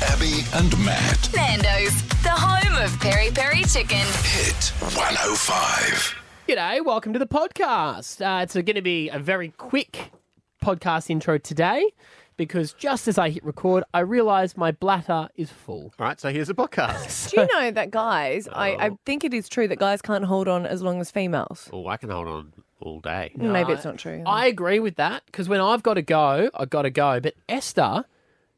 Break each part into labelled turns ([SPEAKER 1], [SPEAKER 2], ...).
[SPEAKER 1] Perry and Matt.
[SPEAKER 2] Nando's, the home of peri peri chicken.
[SPEAKER 1] Hit 105.
[SPEAKER 3] G'day, welcome to the podcast. Uh, it's going to be a very quick podcast intro today because just as I hit record, I realise my bladder is full.
[SPEAKER 4] All right, so here's a podcast.
[SPEAKER 5] Do you know that guys, I, I
[SPEAKER 3] Oh.
[SPEAKER 5] think it is true that guys can't hold on as long as females.
[SPEAKER 4] oh, I can hold on all day.
[SPEAKER 5] Maybe it's not true.
[SPEAKER 3] I agree with that because when I've got to go, I've got to go. But Esther,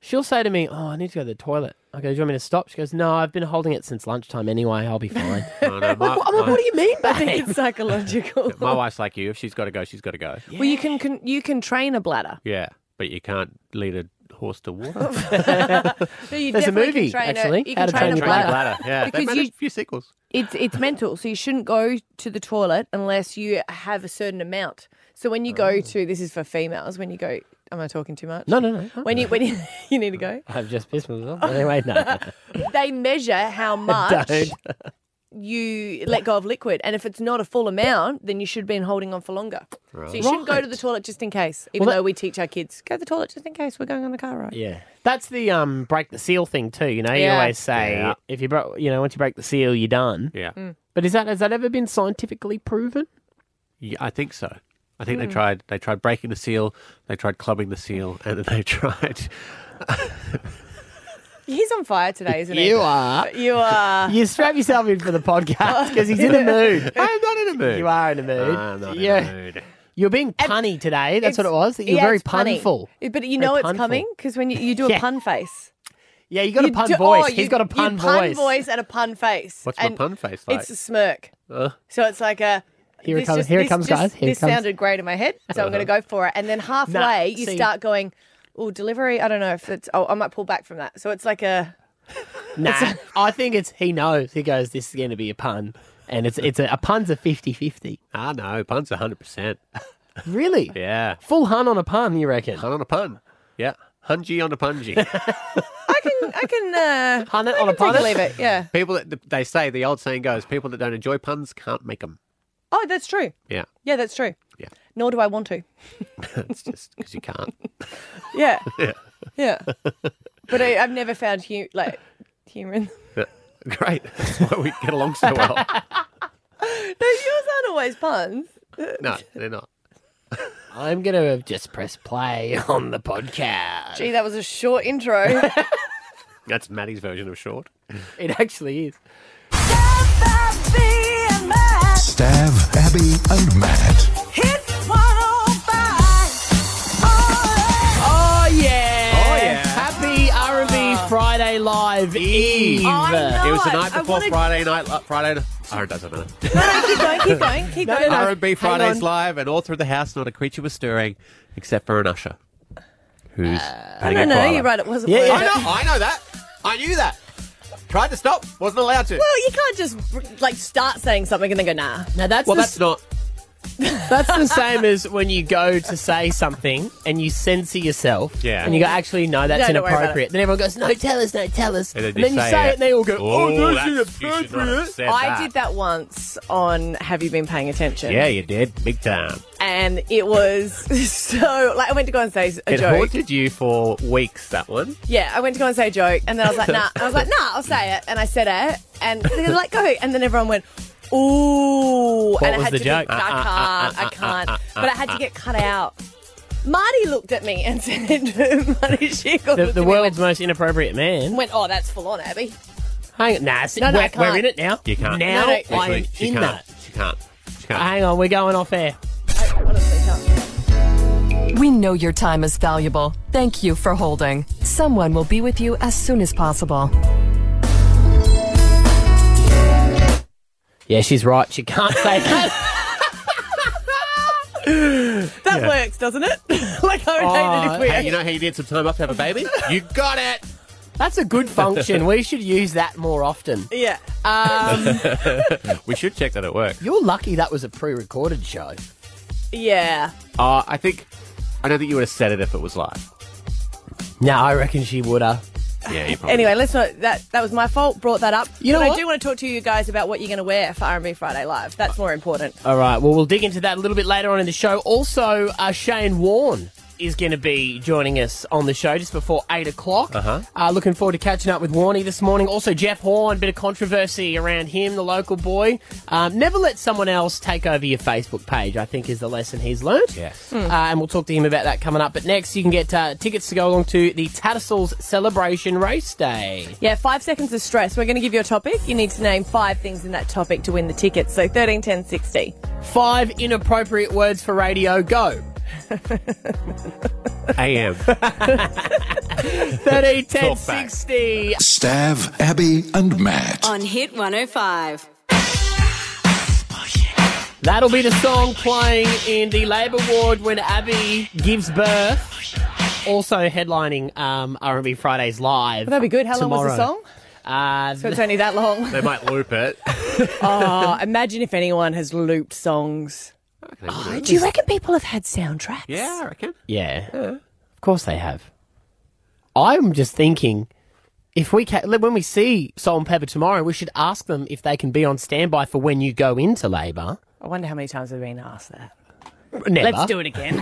[SPEAKER 3] she'll say to me, Oh, I need to go to the toilet. I go, Do you want me to stop? She goes, No, I've been holding it since lunchtime anyway. I'll be fine.
[SPEAKER 4] I know, my,
[SPEAKER 3] I'm like,
[SPEAKER 4] my-
[SPEAKER 3] What do you mean,
[SPEAKER 5] I think
[SPEAKER 3] babe?
[SPEAKER 5] it's psychological.
[SPEAKER 4] my wife's like you. If she's got to go, she's got to go. Yeah.
[SPEAKER 5] Well, you can, can you can train a bladder.
[SPEAKER 4] but you can't lead a horse to water.
[SPEAKER 5] So you
[SPEAKER 3] There's a
[SPEAKER 5] definitely can
[SPEAKER 3] movie,
[SPEAKER 5] train
[SPEAKER 3] actually,
[SPEAKER 5] you
[SPEAKER 3] How
[SPEAKER 5] can
[SPEAKER 3] to
[SPEAKER 5] train,
[SPEAKER 3] Train
[SPEAKER 5] a
[SPEAKER 3] Your
[SPEAKER 5] bladder.
[SPEAKER 4] Yeah, they
[SPEAKER 5] Because
[SPEAKER 4] made
[SPEAKER 5] you-
[SPEAKER 4] a few sequels.
[SPEAKER 5] It's it's mental, so you shouldn't go to the toilet unless you have a certain amount. So when you go to this is for females. When you go, am I talking too much?
[SPEAKER 3] Oh. No, no, no.
[SPEAKER 5] When you when you, you need to go,
[SPEAKER 3] I've just pissed myself. Anyway, no.
[SPEAKER 5] they measure how much
[SPEAKER 3] Don't.
[SPEAKER 5] you let go of liquid, and if it's not a full amount, then you should have been holding on for longer. So you shouldn't go to the toilet just in case, even
[SPEAKER 3] Well, that-
[SPEAKER 5] though we teach our kids go to the toilet just in case we're going on a car ride.
[SPEAKER 3] Yeah, that's the um break the seal thing too. You know, you
[SPEAKER 5] Yeah.
[SPEAKER 3] always say
[SPEAKER 4] Yeah.
[SPEAKER 3] if you bro- you know once you break the seal, you're done.
[SPEAKER 4] Yeah.
[SPEAKER 5] Hmm.
[SPEAKER 3] But is that has that ever been scientifically proven?
[SPEAKER 4] yeah, I think so. I think they
[SPEAKER 5] Mm.
[SPEAKER 4] tried. They tried breaking the seal. They tried clubbing the seal, and then they tried.
[SPEAKER 5] He's on fire today, isn't he?
[SPEAKER 4] Uh.
[SPEAKER 3] are.
[SPEAKER 5] You uh, are.
[SPEAKER 3] You strap yourself in for the podcast because he's in a mood.
[SPEAKER 4] I'm not in a mood.
[SPEAKER 3] You are in a
[SPEAKER 4] I'm
[SPEAKER 3] mood.
[SPEAKER 4] Ah, not
[SPEAKER 3] yeah,
[SPEAKER 4] in a mood.
[SPEAKER 3] you're being punny today. That's what it was. You're
[SPEAKER 5] yeah,
[SPEAKER 3] very
[SPEAKER 5] it's punny.
[SPEAKER 3] punful.
[SPEAKER 5] But you
[SPEAKER 3] Very
[SPEAKER 5] know
[SPEAKER 3] punful.
[SPEAKER 5] it's coming because when you, you do a
[SPEAKER 3] Yeah.
[SPEAKER 5] pun face.
[SPEAKER 3] Yeah, you got
[SPEAKER 5] You
[SPEAKER 3] a pun
[SPEAKER 5] do-
[SPEAKER 3] voice.
[SPEAKER 5] oh,
[SPEAKER 3] he's
[SPEAKER 5] you-
[SPEAKER 3] got a
[SPEAKER 5] you
[SPEAKER 3] pun
[SPEAKER 5] pun
[SPEAKER 3] voice.
[SPEAKER 5] voice and a pun face.
[SPEAKER 4] What's my
[SPEAKER 5] And
[SPEAKER 4] pun face like?
[SPEAKER 5] It's a smirk.
[SPEAKER 4] Ugh.
[SPEAKER 5] So it's like a.
[SPEAKER 3] Here it
[SPEAKER 5] this
[SPEAKER 3] comes-
[SPEAKER 5] just-
[SPEAKER 3] here it
[SPEAKER 5] this
[SPEAKER 3] comes,
[SPEAKER 5] just-
[SPEAKER 3] guys, here it
[SPEAKER 5] this
[SPEAKER 3] comes. Uh-huh.
[SPEAKER 5] sounded great in my head, so I'm going to go for it. And then halfway, you
[SPEAKER 3] see-
[SPEAKER 5] start going, "Oh, delivery. I don't know if it's. Oh, I might pull back from that." So it's like a.
[SPEAKER 3] Nah, I think it's he knows. He goes, this is going to be a pun, and it's it's a, a pun's a 50-50.
[SPEAKER 4] Ah no, pun's hundred percent.
[SPEAKER 3] Really?
[SPEAKER 4] Yeah,
[SPEAKER 3] Full hun on a pun, you reckon?
[SPEAKER 4] pun on a pun. Yeah, hunji on a punji.
[SPEAKER 5] I can. I can. Uh,
[SPEAKER 3] Pun it on a
[SPEAKER 5] I can
[SPEAKER 3] pun.
[SPEAKER 5] take or leave it. Yeah.
[SPEAKER 4] People that they say the old saying goes, people that don't enjoy puns can't make them.
[SPEAKER 5] Oh, that's true.
[SPEAKER 4] Yeah,
[SPEAKER 5] Yeah, that's true.
[SPEAKER 4] Yeah.
[SPEAKER 5] Nor do I want to.
[SPEAKER 4] it's just because you can't.
[SPEAKER 5] Yeah. yeah. But I, I've never found hu- like humor in them.
[SPEAKER 4] Great, that's why we get along so well.
[SPEAKER 5] No, yours aren't always puns.
[SPEAKER 4] No, they're not.
[SPEAKER 3] I'm going to just press play on the podcast.
[SPEAKER 5] Gee, that was a short intro.
[SPEAKER 4] That's Maddie's version of short.
[SPEAKER 3] It actually is.
[SPEAKER 5] Oh,
[SPEAKER 1] Stav, Abby, and Matt.
[SPEAKER 3] Oh, yeah.
[SPEAKER 4] Oh, yeah.
[SPEAKER 3] Happy R&B Friday Live Eve.
[SPEAKER 4] it was the night
[SPEAKER 5] I
[SPEAKER 4] before
[SPEAKER 5] wanna-
[SPEAKER 4] Friday night. li- Friday. Oh, it doesn't matter.
[SPEAKER 5] no, no, keep going, keep going, keep going.
[SPEAKER 4] R&B Fridays
[SPEAKER 3] on.
[SPEAKER 4] live, and all through the house, not a creature was stirring, except for an usher, who's
[SPEAKER 5] Uh, I don't know. You're right. It wasn't.
[SPEAKER 3] Yeah,
[SPEAKER 5] worth
[SPEAKER 3] yeah.
[SPEAKER 5] it.
[SPEAKER 4] I know. I know that. I knew that. Tried to stop, wasn't allowed to.
[SPEAKER 5] Well, you can't just like start saying something and then go nah.
[SPEAKER 3] Now, that's,
[SPEAKER 4] Well,
[SPEAKER 3] the,
[SPEAKER 4] that's not.
[SPEAKER 3] that's the same as when you go to say something and you censor yourself.
[SPEAKER 4] Yeah.
[SPEAKER 3] And you go, actually, no, that's
[SPEAKER 5] No, don't worry about
[SPEAKER 3] inappropriate. Then everyone goes, no, tell us, no, tell us.
[SPEAKER 4] And then
[SPEAKER 3] then you say it, and they all go, oh,
[SPEAKER 4] that's-
[SPEAKER 3] that's
[SPEAKER 4] you should not have
[SPEAKER 3] inappropriate.
[SPEAKER 4] said
[SPEAKER 5] I did that once on Have You Been Paying Attention?
[SPEAKER 4] Yeah, you did, big time.
[SPEAKER 5] Uh, And it was so like I went to go and say a
[SPEAKER 4] It
[SPEAKER 5] joke.
[SPEAKER 4] haunted you for weeks. That one.
[SPEAKER 5] Yeah, I went to go and say a joke, and then I was like, nah. I was like, nah, I'll say it, and I said it, and they were like, go. And then everyone went, ooh. and I
[SPEAKER 3] was
[SPEAKER 5] had
[SPEAKER 3] the
[SPEAKER 5] to
[SPEAKER 3] joke?
[SPEAKER 5] Be, I can't, I can't. But I had to get cut out. Marty looked at me and said, Marty Shickle.
[SPEAKER 3] The, the world's most inappropriate man.
[SPEAKER 5] went, oh, that's full on, Abby.
[SPEAKER 3] Hang on. Nah, see,
[SPEAKER 5] No, no, I
[SPEAKER 3] we're,
[SPEAKER 5] can't.
[SPEAKER 3] we're in it now.
[SPEAKER 4] You can't.
[SPEAKER 5] No,
[SPEAKER 3] Now
[SPEAKER 5] no.
[SPEAKER 3] I am
[SPEAKER 4] Actually, she
[SPEAKER 3] in
[SPEAKER 4] can't.
[SPEAKER 3] that.
[SPEAKER 4] She can't. She can't.
[SPEAKER 3] Hang on, we're going off air.
[SPEAKER 5] I honestly can't.
[SPEAKER 6] We know your time is valuable. Thank you for holding. Someone will be with you as soon as possible.
[SPEAKER 3] Yeah, she's right. She can't say that.
[SPEAKER 5] That works, doesn't it? like, I would hate it if we.
[SPEAKER 4] Oh, Hey, you know how you need some time off to have a baby? You got it.
[SPEAKER 3] That's a good function. We should use that more often.
[SPEAKER 5] yeah. Um,
[SPEAKER 4] We should check that it works.
[SPEAKER 3] You're lucky that was a pre-recorded show.
[SPEAKER 5] Yeah.
[SPEAKER 4] Uh, I think I don't think you would have said it if it was live.
[SPEAKER 3] No, I reckon she would have.
[SPEAKER 4] Yeah, you probably.
[SPEAKER 5] Anyway, let's not. That that was my fault. Brought that up.
[SPEAKER 3] You know
[SPEAKER 5] but
[SPEAKER 3] what?
[SPEAKER 5] I do want to talk to you guys about what you're going to wear for R&B Friday Live. That's more important.
[SPEAKER 3] All right. Well, we'll dig into that a little bit later on in the show. Also, uh, Shane Warne is going to be joining us on the show just before 8 o'clock. Uh-huh. Uh, looking forward to catching up with Warney this morning. Also, Jeff Horn, bit of controversy around him, the local boy. Um, never let someone else take over your Facebook page, I think, is the lesson he's learnt.
[SPEAKER 4] Yes.
[SPEAKER 3] Uh, and we'll talk to him about that coming up. But next, you can get uh, tickets to go along to the Tattersalls Celebration Race Day.
[SPEAKER 5] Yeah, five seconds of stress. We're going to give you a topic. You need to name five things in that topic to win the tickets. So 13, 10, 60.
[SPEAKER 3] Five inappropriate words for radio, go.
[SPEAKER 4] AM.
[SPEAKER 3] 13, 10,
[SPEAKER 4] Talk back.
[SPEAKER 3] 60.
[SPEAKER 1] Stav, Abby, and Matt.
[SPEAKER 7] On Hit 105.
[SPEAKER 3] That'll be the song playing in the Labour Ward when Abby gives birth. Also headlining um, R&B Fridays live.
[SPEAKER 5] That'd be good. How long was the
[SPEAKER 3] Tomorrow. Uh,
[SPEAKER 5] song? So it's only that long.
[SPEAKER 4] they might loop it.
[SPEAKER 5] oh, imagine if anyone has looped songs. Oh, Do you reckon people have had soundtracks?
[SPEAKER 4] Yeah, I reckon.
[SPEAKER 3] yeah, of course they have. I'm just thinking, if we ca- when we see Soul and Pepper tomorrow, we should ask them if they can be on standby for when you go into labour.
[SPEAKER 5] I wonder how many times I've been asked that.
[SPEAKER 3] Never.
[SPEAKER 5] Let's do it again.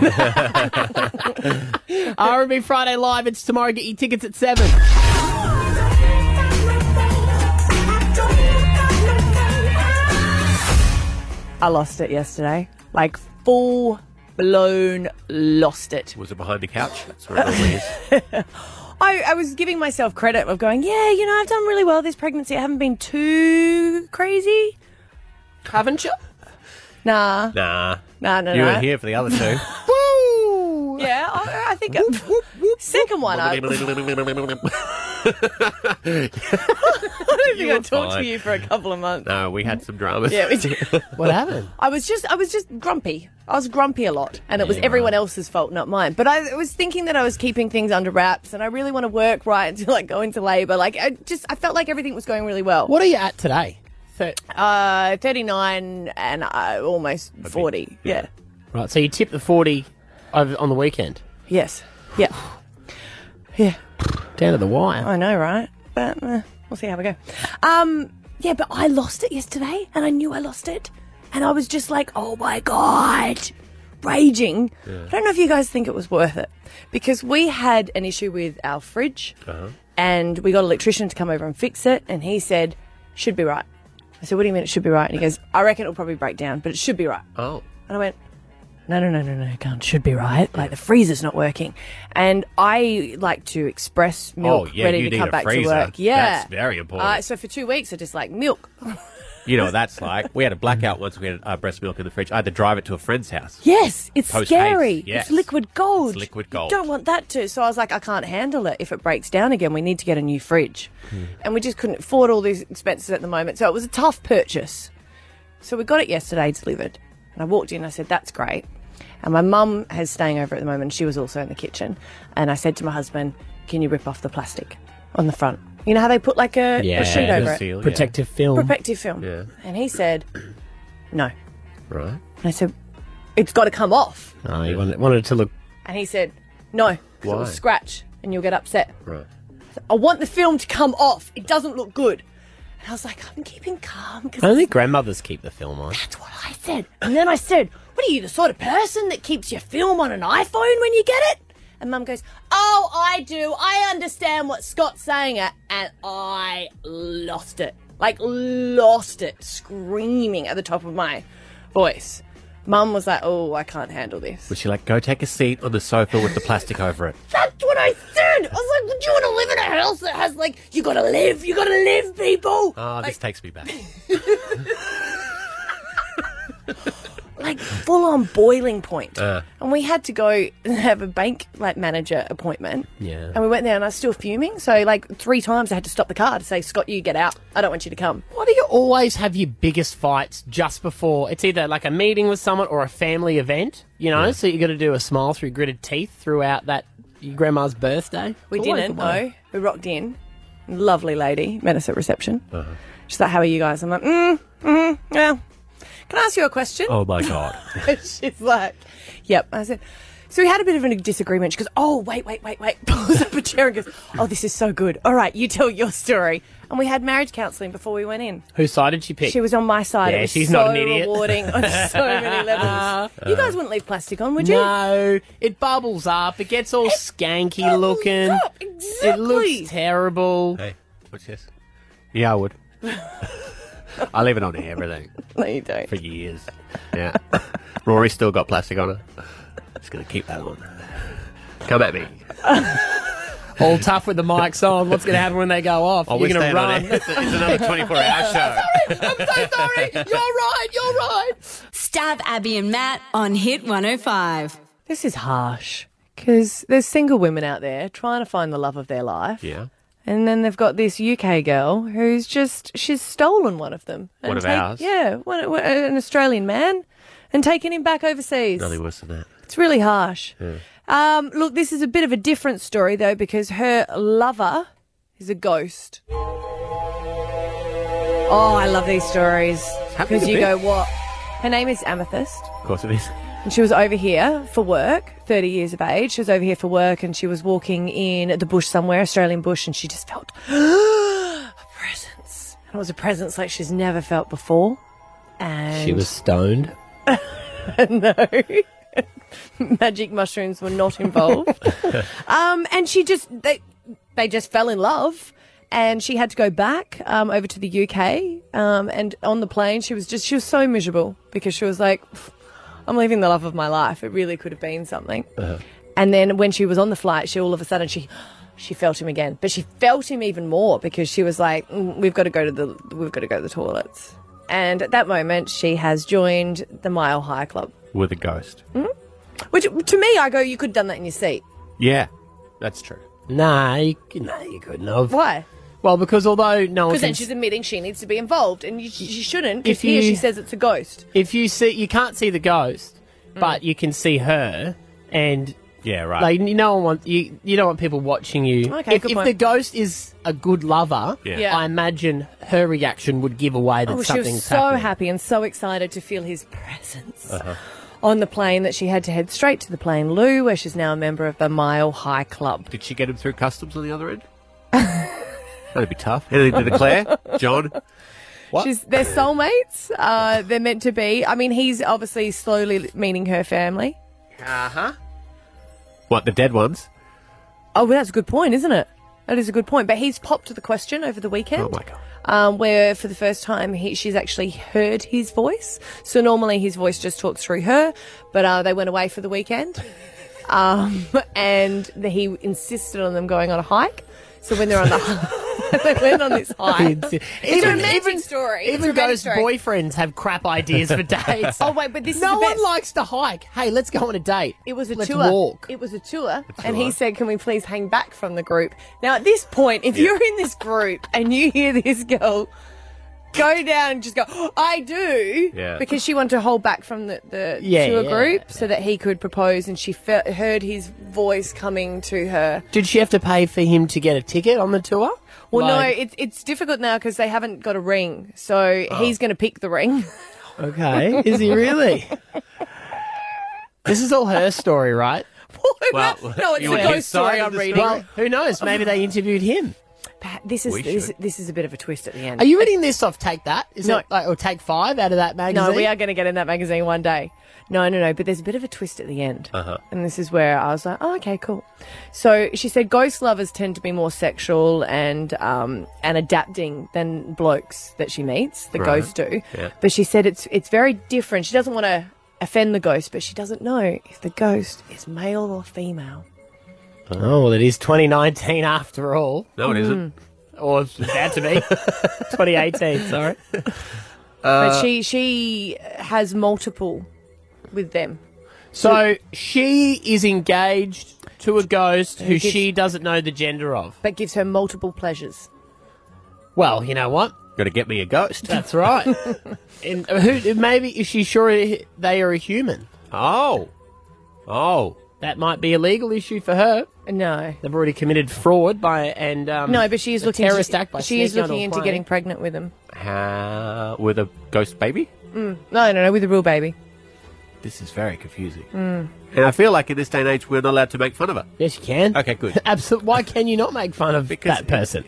[SPEAKER 3] R&B Friday live. It's tomorrow. Get your tickets at seven.
[SPEAKER 5] I lost it yesterday. Like full blown lost it.
[SPEAKER 4] Was it behind the couch? That's where it normally is.
[SPEAKER 5] I, I was giving myself credit of going, yeah, you know, I've done really well this pregnancy. I haven't been too crazy.
[SPEAKER 3] Haven't you?
[SPEAKER 5] Nah,
[SPEAKER 4] Nah.
[SPEAKER 5] nah, no,
[SPEAKER 4] You
[SPEAKER 5] no.
[SPEAKER 4] were here for the other two.
[SPEAKER 5] Yeah, I, I think second one. I, I don't think I talked
[SPEAKER 4] fine.
[SPEAKER 5] to you for a couple of months.
[SPEAKER 4] no, we had some dramas.
[SPEAKER 5] Yeah, we did.
[SPEAKER 3] What happened?
[SPEAKER 5] I was just I was just grumpy. I was grumpy a lot, and it was everyone else's fault, not mine. But I was thinking that I was keeping things under wraps, and I really want to work right until I go into labour. Like I just I felt like everything was going really well.
[SPEAKER 3] What are you at today? Thir-
[SPEAKER 5] Uh, thirty nine and I almost forty. Yeah.
[SPEAKER 3] Right, so you tip the 40 over on the weekend.
[SPEAKER 5] Yes. Yeah. Yeah.
[SPEAKER 3] Down to the wire.
[SPEAKER 5] I know, right? But uh, we'll see how we go. Um, yeah, but I lost it yesterday, and I knew I lost it, and I was just like, "Oh my god!" Raging. I don't know if you guys think it was worth it because we had an issue with our fridge, and we got an electrician to come over and fix it, and he said, "Should be right." I said, "What do you mean it should be right?" And he goes, "I reckon it'll probably break down, but it should be right."
[SPEAKER 4] Oh.
[SPEAKER 5] And I went, no, no, no, no, no, can't. Should be right. Like the freezer's not working, and I like to express milk
[SPEAKER 4] oh, yeah,
[SPEAKER 5] ready
[SPEAKER 4] you
[SPEAKER 5] to
[SPEAKER 4] need
[SPEAKER 5] come
[SPEAKER 4] a
[SPEAKER 5] back
[SPEAKER 4] freezer.
[SPEAKER 5] to work. Yeah,
[SPEAKER 4] That's very important.
[SPEAKER 5] Uh, so for two weeks, I just like milk.
[SPEAKER 4] you know what that's like. We had a blackout once we had uh, breast milk in the fridge. I had to drive it to a friend's house.
[SPEAKER 5] Yes, it's
[SPEAKER 4] Post-haste,
[SPEAKER 5] scary.
[SPEAKER 4] yes.
[SPEAKER 5] It's liquid gold.
[SPEAKER 4] It's liquid gold.
[SPEAKER 5] You don't want that to. So I was like, I can't handle it. If it breaks down again, we need to get a new fridge, and we just couldn't afford all these expenses at the moment. So it was a tough purchase. So we got it yesterday delivered, and I walked in. I said, "That's great." And my mum has staying over at the moment. She was also in the kitchen, and I said to my husband, "Can you rip off the plastic on the front? You know how they put like a, a sheet over it,
[SPEAKER 4] Seal, yeah.
[SPEAKER 3] Protective film.
[SPEAKER 5] protective film."
[SPEAKER 4] Yeah.
[SPEAKER 5] And he said, "No."
[SPEAKER 4] Right.
[SPEAKER 5] And I said, "It's got to come off."
[SPEAKER 3] No, you wanted, wanted it to look.
[SPEAKER 5] And he said, No, 'cause it
[SPEAKER 4] Why?
[SPEAKER 5] will scratch and you'll get upset.
[SPEAKER 4] Right.
[SPEAKER 5] I want the film to come off. It doesn't look good. And I was like, I'm keeping calm because
[SPEAKER 3] Only grandmothers keep the film on.
[SPEAKER 5] that's what I said. And then I said, What are you, the sort of person that keeps your film on an iPhone when you get it? And mum goes, Oh, I do. I understand what Scott's saying. uh, And I lost it. Like, lost it. Screaming at the top of my voice. Mum was like, Oh, I can't handle this.
[SPEAKER 4] Was she like, go take a seat on the sofa with the plastic over it?
[SPEAKER 5] That's what I said. I was like, would you want to live in a house that has like, you gotta live, you gotta live, people?
[SPEAKER 4] Oh, this takes me back.
[SPEAKER 5] Like full on boiling point. And we had to go and have a bank like manager appointment.
[SPEAKER 3] Yeah.
[SPEAKER 5] And we went there and I was still fuming. So like three times I had to stop the car to say, Scott, you get out. I don't want you to come.
[SPEAKER 3] Why do you always have your biggest fights just before? It's either like a meeting with someone or a family event, you know? So you got to do a smile through gritted teeth throughout that your grandma's birthday.
[SPEAKER 5] We
[SPEAKER 3] It's always
[SPEAKER 5] didn't
[SPEAKER 3] the way.
[SPEAKER 5] though. We rocked in. Lovely lady, met us at reception.
[SPEAKER 4] Uh-huh.
[SPEAKER 5] She's like, how are you guys? I'm like, mm, mm, yeah. Can I ask you a question?
[SPEAKER 4] Oh my god.
[SPEAKER 5] She's like, yep. I said, So we had a bit of a disagreement. She goes, "Oh, wait, wait, wait, wait." Pulls up a chair and goes, "Oh, this is so good. All right, you tell your story." And we had marriage counselling before we went in.
[SPEAKER 3] Whose side did she pick?
[SPEAKER 5] She was on my side.
[SPEAKER 3] Yeah,
[SPEAKER 5] it was
[SPEAKER 3] she's
[SPEAKER 5] so
[SPEAKER 3] not an idiot. Uh.
[SPEAKER 5] rewarding on so many levels. You guys wouldn't leave plastic on, would you?
[SPEAKER 3] No, it bubbles up. It gets all skanky
[SPEAKER 5] bubbles
[SPEAKER 3] looking.
[SPEAKER 5] up,
[SPEAKER 3] It
[SPEAKER 5] exactly.
[SPEAKER 3] looks terrible.
[SPEAKER 4] Hey, what's this? Yeah, I would. I leave it on everything
[SPEAKER 5] No, you don't.
[SPEAKER 4] for years. Yeah. Rory's still got plastic on it. Just going to keep that on. Come at me.
[SPEAKER 3] All tough with the mics on. What's going to happen when they go off? You're
[SPEAKER 4] Oh, we're
[SPEAKER 3] going to
[SPEAKER 4] staying on
[SPEAKER 3] run.
[SPEAKER 4] air. It's, it's another 24 hour show.
[SPEAKER 3] I'm so sorry. You're right. You're right.
[SPEAKER 7] Stab Abby and Matt on Hit 105.
[SPEAKER 5] This is harsh because there's single women out there trying to find the love of their life.
[SPEAKER 4] Yeah.
[SPEAKER 5] And then they've got this UK girl who's just she's stolen one of them. And
[SPEAKER 4] One of ours?
[SPEAKER 5] Yeah, one, one- an Australian man, and taken him back overseas.
[SPEAKER 4] Nothing worse than that.
[SPEAKER 5] It's really harsh. Um, look, this is a bit of a different story though because her lover is a ghost. Oh, I love these stories
[SPEAKER 4] happening
[SPEAKER 5] because
[SPEAKER 4] a
[SPEAKER 5] you
[SPEAKER 4] bit.
[SPEAKER 5] go what? Her name is Amethyst.
[SPEAKER 4] Of course it is.
[SPEAKER 5] And she was over here for work, 30 years of age. She was over here for work and she was walking in the bush somewhere, Australian bush, and she just felt a presence. And it was a presence like she's never felt before. And
[SPEAKER 3] stoned.
[SPEAKER 5] no. Magic mushrooms were not involved. um, and she just they they just fell in love. And she had to go back um, over to the UK. Um, and on the plane, she was just she was so miserable because she was like, "I'm leaving the love of my life. It really could have been something."
[SPEAKER 4] Uh-huh.
[SPEAKER 5] And then when she was on the flight, she all of a sudden she she felt him again, but she felt him even more because she was like, "Mm, "We've got to go to the we've got to go to the toilets." And at that moment, she has joined the Mile High Club.
[SPEAKER 4] With a ghost.
[SPEAKER 5] Which to me, I go, you could have done that in your seat.
[SPEAKER 4] Yeah. That's true.
[SPEAKER 3] Nah, you, nah, you couldn't have.
[SPEAKER 5] Why?
[SPEAKER 3] Well, because although no one
[SPEAKER 5] Because
[SPEAKER 3] can,
[SPEAKER 5] then she's admitting she needs to be involved, and you, she shouldn't. Because
[SPEAKER 3] If
[SPEAKER 5] here
[SPEAKER 3] you-
[SPEAKER 5] she says it's a ghost.
[SPEAKER 3] if you see, you can't see the ghost,
[SPEAKER 5] Mm.
[SPEAKER 3] but you can see her, and
[SPEAKER 4] Yeah, right.
[SPEAKER 3] like no one wants you. You don't want people watching you.
[SPEAKER 5] Okay,
[SPEAKER 3] if,
[SPEAKER 5] good
[SPEAKER 3] if
[SPEAKER 5] point.
[SPEAKER 3] the ghost is a good lover,
[SPEAKER 4] Yeah.
[SPEAKER 5] Yeah.
[SPEAKER 3] I imagine her reaction would give away that
[SPEAKER 5] Oh, she
[SPEAKER 3] something's
[SPEAKER 5] was so
[SPEAKER 3] happening.
[SPEAKER 5] happy and so excited to feel his presence on the plane that she had to head straight to the plane loo, where she's now a member of the Mile High Club.
[SPEAKER 4] Did she get him through customs on the other end? That'd be tough. Anything to declare? John? What?
[SPEAKER 5] She's, they're soulmates. Uh, they're meant to be. I mean, he's obviously slowly meaning her family.
[SPEAKER 4] What, the dead ones?
[SPEAKER 5] Oh, well, that's a good point, isn't it? That is a good point. But he's popped the question over the weekend.
[SPEAKER 4] Oh, my God.
[SPEAKER 5] um, where for the first time he, she's actually heard his voice. So normally his voice just talks through her, but uh, they went away for the weekend, um, and the, he insisted on them going on a hike. So when they're on the they went on this hike.
[SPEAKER 3] It's-
[SPEAKER 5] It's a
[SPEAKER 3] even-
[SPEAKER 5] romantic
[SPEAKER 3] even-
[SPEAKER 5] story. It's a
[SPEAKER 3] Even
[SPEAKER 5] romantic
[SPEAKER 3] ghost
[SPEAKER 5] story.
[SPEAKER 3] boyfriends have crap ideas for dates.
[SPEAKER 5] Oh wait, but this is
[SPEAKER 3] no
[SPEAKER 5] the
[SPEAKER 3] one
[SPEAKER 5] best.
[SPEAKER 3] likes to hike. Hey, let's go on a date.
[SPEAKER 5] It was a
[SPEAKER 3] Let's
[SPEAKER 5] tour.
[SPEAKER 3] walk.
[SPEAKER 5] It was a tour. And
[SPEAKER 4] tour.
[SPEAKER 5] he said, Can we please hang back from the group? Now, at this point, if you're in this group and you hear this girl go down and just go, I do,
[SPEAKER 4] Yeah.
[SPEAKER 5] because she wanted to hold back from the, the
[SPEAKER 3] Yeah,
[SPEAKER 5] tour
[SPEAKER 3] yeah.
[SPEAKER 5] group so that he could propose and she fe- heard his voice coming to her.
[SPEAKER 3] Did she have to pay for him to get a ticket on the tour?
[SPEAKER 5] Well,
[SPEAKER 3] Like-
[SPEAKER 5] no, it's it's difficult now because they haven't got a ring. So
[SPEAKER 3] Oh.
[SPEAKER 5] he's going to pick the ring.
[SPEAKER 3] Okay. Is he really? this is all her story, right?
[SPEAKER 4] Well,
[SPEAKER 5] no, it's
[SPEAKER 4] you
[SPEAKER 5] a
[SPEAKER 4] want his
[SPEAKER 5] ghost story
[SPEAKER 4] side of
[SPEAKER 5] I'm
[SPEAKER 4] the
[SPEAKER 5] reading.
[SPEAKER 4] story?
[SPEAKER 3] Well, who knows? Maybe they interviewed him.
[SPEAKER 5] Pat, this is
[SPEAKER 4] We
[SPEAKER 5] this,
[SPEAKER 4] should.
[SPEAKER 5] this is a bit of a twist at the end.
[SPEAKER 3] Are you reading this off Take That? Is
[SPEAKER 5] No.
[SPEAKER 3] it like, or Take Five out of that magazine?
[SPEAKER 5] No, we are going to get in that magazine one day. No, no, no. But there's a bit of a twist at the end, and this is where I was like, "Oh, okay, cool." So she said, "Ghost lovers tend to be more sexual and um, and adapting than blokes that she meets. The ghosts do."
[SPEAKER 4] Yeah.
[SPEAKER 5] But she said it's it's very different. She doesn't want to offend the ghost, but she doesn't know if the ghost is male or female.
[SPEAKER 3] Oh, well, it is 2019 after all.
[SPEAKER 4] No, it isn't.
[SPEAKER 3] Hmm. Or it's about to be. 2018, sorry. Uh,
[SPEAKER 5] but she she has multiple with them.
[SPEAKER 3] So she is engaged to a ghost who
[SPEAKER 5] Who gives-
[SPEAKER 3] she doesn't know the gender of.
[SPEAKER 5] But gives her multiple pleasures.
[SPEAKER 3] Well, you know what?
[SPEAKER 4] Got to get me a ghost.
[SPEAKER 3] That's right. and uh, who, maybe is she sure they are a human?
[SPEAKER 4] Oh. Oh.
[SPEAKER 3] That might be a legal issue for her.
[SPEAKER 5] No,
[SPEAKER 3] They've already committed fraud by and um,
[SPEAKER 5] no. But she is
[SPEAKER 3] a
[SPEAKER 5] looking.
[SPEAKER 3] terrorist
[SPEAKER 5] to,
[SPEAKER 3] act by
[SPEAKER 5] she is
[SPEAKER 3] sneaking onto
[SPEAKER 5] looking
[SPEAKER 3] a
[SPEAKER 5] into
[SPEAKER 3] plane.
[SPEAKER 5] getting pregnant with him.
[SPEAKER 4] Uh, with a ghost baby?
[SPEAKER 5] Mm. No, no, no, with a real baby.
[SPEAKER 4] This is very confusing. And I feel like in this day and age, we're not allowed to make fun of her.
[SPEAKER 3] Hmm. Yes, you can.
[SPEAKER 4] Okay, good.
[SPEAKER 3] Absolutely. Why can you not make fun of
[SPEAKER 4] Because-
[SPEAKER 3] that person?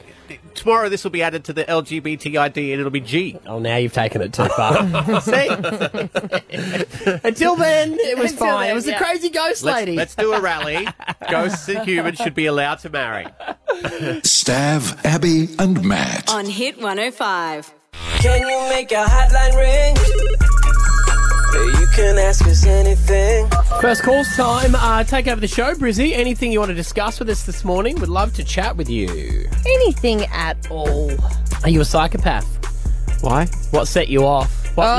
[SPEAKER 4] Tomorrow, this will be added to the LGBTID and it'll be G.
[SPEAKER 3] Oh, now you've taken it too far.
[SPEAKER 4] See?
[SPEAKER 3] Until then, it was
[SPEAKER 5] Until
[SPEAKER 3] fine.
[SPEAKER 5] then,
[SPEAKER 3] it was
[SPEAKER 5] yeah.
[SPEAKER 3] a crazy ghost
[SPEAKER 4] Let's,
[SPEAKER 3] lady.
[SPEAKER 4] let's do a rally. Ghosts and humans should be allowed to marry.
[SPEAKER 1] Stav, Abby, and Matt.
[SPEAKER 8] on Hit 105.
[SPEAKER 7] Can you make a hotline ring? Yeah, you can ask us anything.
[SPEAKER 3] First calls time. Uh, take over the show, Brizzy. Anything you want to discuss with us this morning? We'd love to chat with you.
[SPEAKER 5] Anything at all.
[SPEAKER 3] Are you a psychopath?
[SPEAKER 4] Why?
[SPEAKER 3] What set you off? What
[SPEAKER 5] Oh,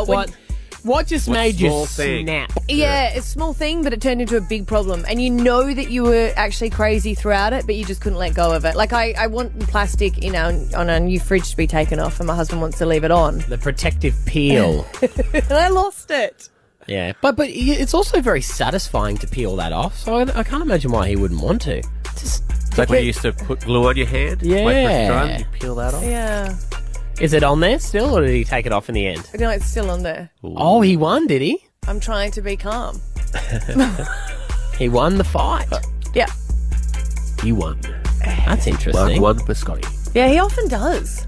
[SPEAKER 3] little
[SPEAKER 5] when-
[SPEAKER 3] what? What just made
[SPEAKER 4] small
[SPEAKER 3] you
[SPEAKER 4] thing?
[SPEAKER 3] snap?
[SPEAKER 5] Yeah, it's a small thing, but it turned into a big problem. And you know that you were actually crazy throughout it, but you just couldn't let go of it. Like, I, I want the plastic in our, on our new fridge to be taken off, and my husband wants to leave it on.
[SPEAKER 3] The protective peel.
[SPEAKER 5] And I lost it.
[SPEAKER 3] yeah, but but y- it's also very satisfying to peel that off. So I, I can't imagine why he wouldn't want to. Just
[SPEAKER 4] It's like when you used to put glue on your hand. Wait for it to dry,
[SPEAKER 3] yeah.
[SPEAKER 4] and you
[SPEAKER 3] peel that off.
[SPEAKER 5] Yeah.
[SPEAKER 3] Is it on there still, or did he take it off in the end?
[SPEAKER 5] But no, it's still on there.
[SPEAKER 3] Oh, he won, did he?
[SPEAKER 5] I'm trying to be calm.
[SPEAKER 3] He won the fight.
[SPEAKER 5] Yeah.
[SPEAKER 4] Uh, He won.
[SPEAKER 3] That's
[SPEAKER 4] Mark
[SPEAKER 3] interesting.
[SPEAKER 4] won for Scotty.
[SPEAKER 5] Yeah, he often does.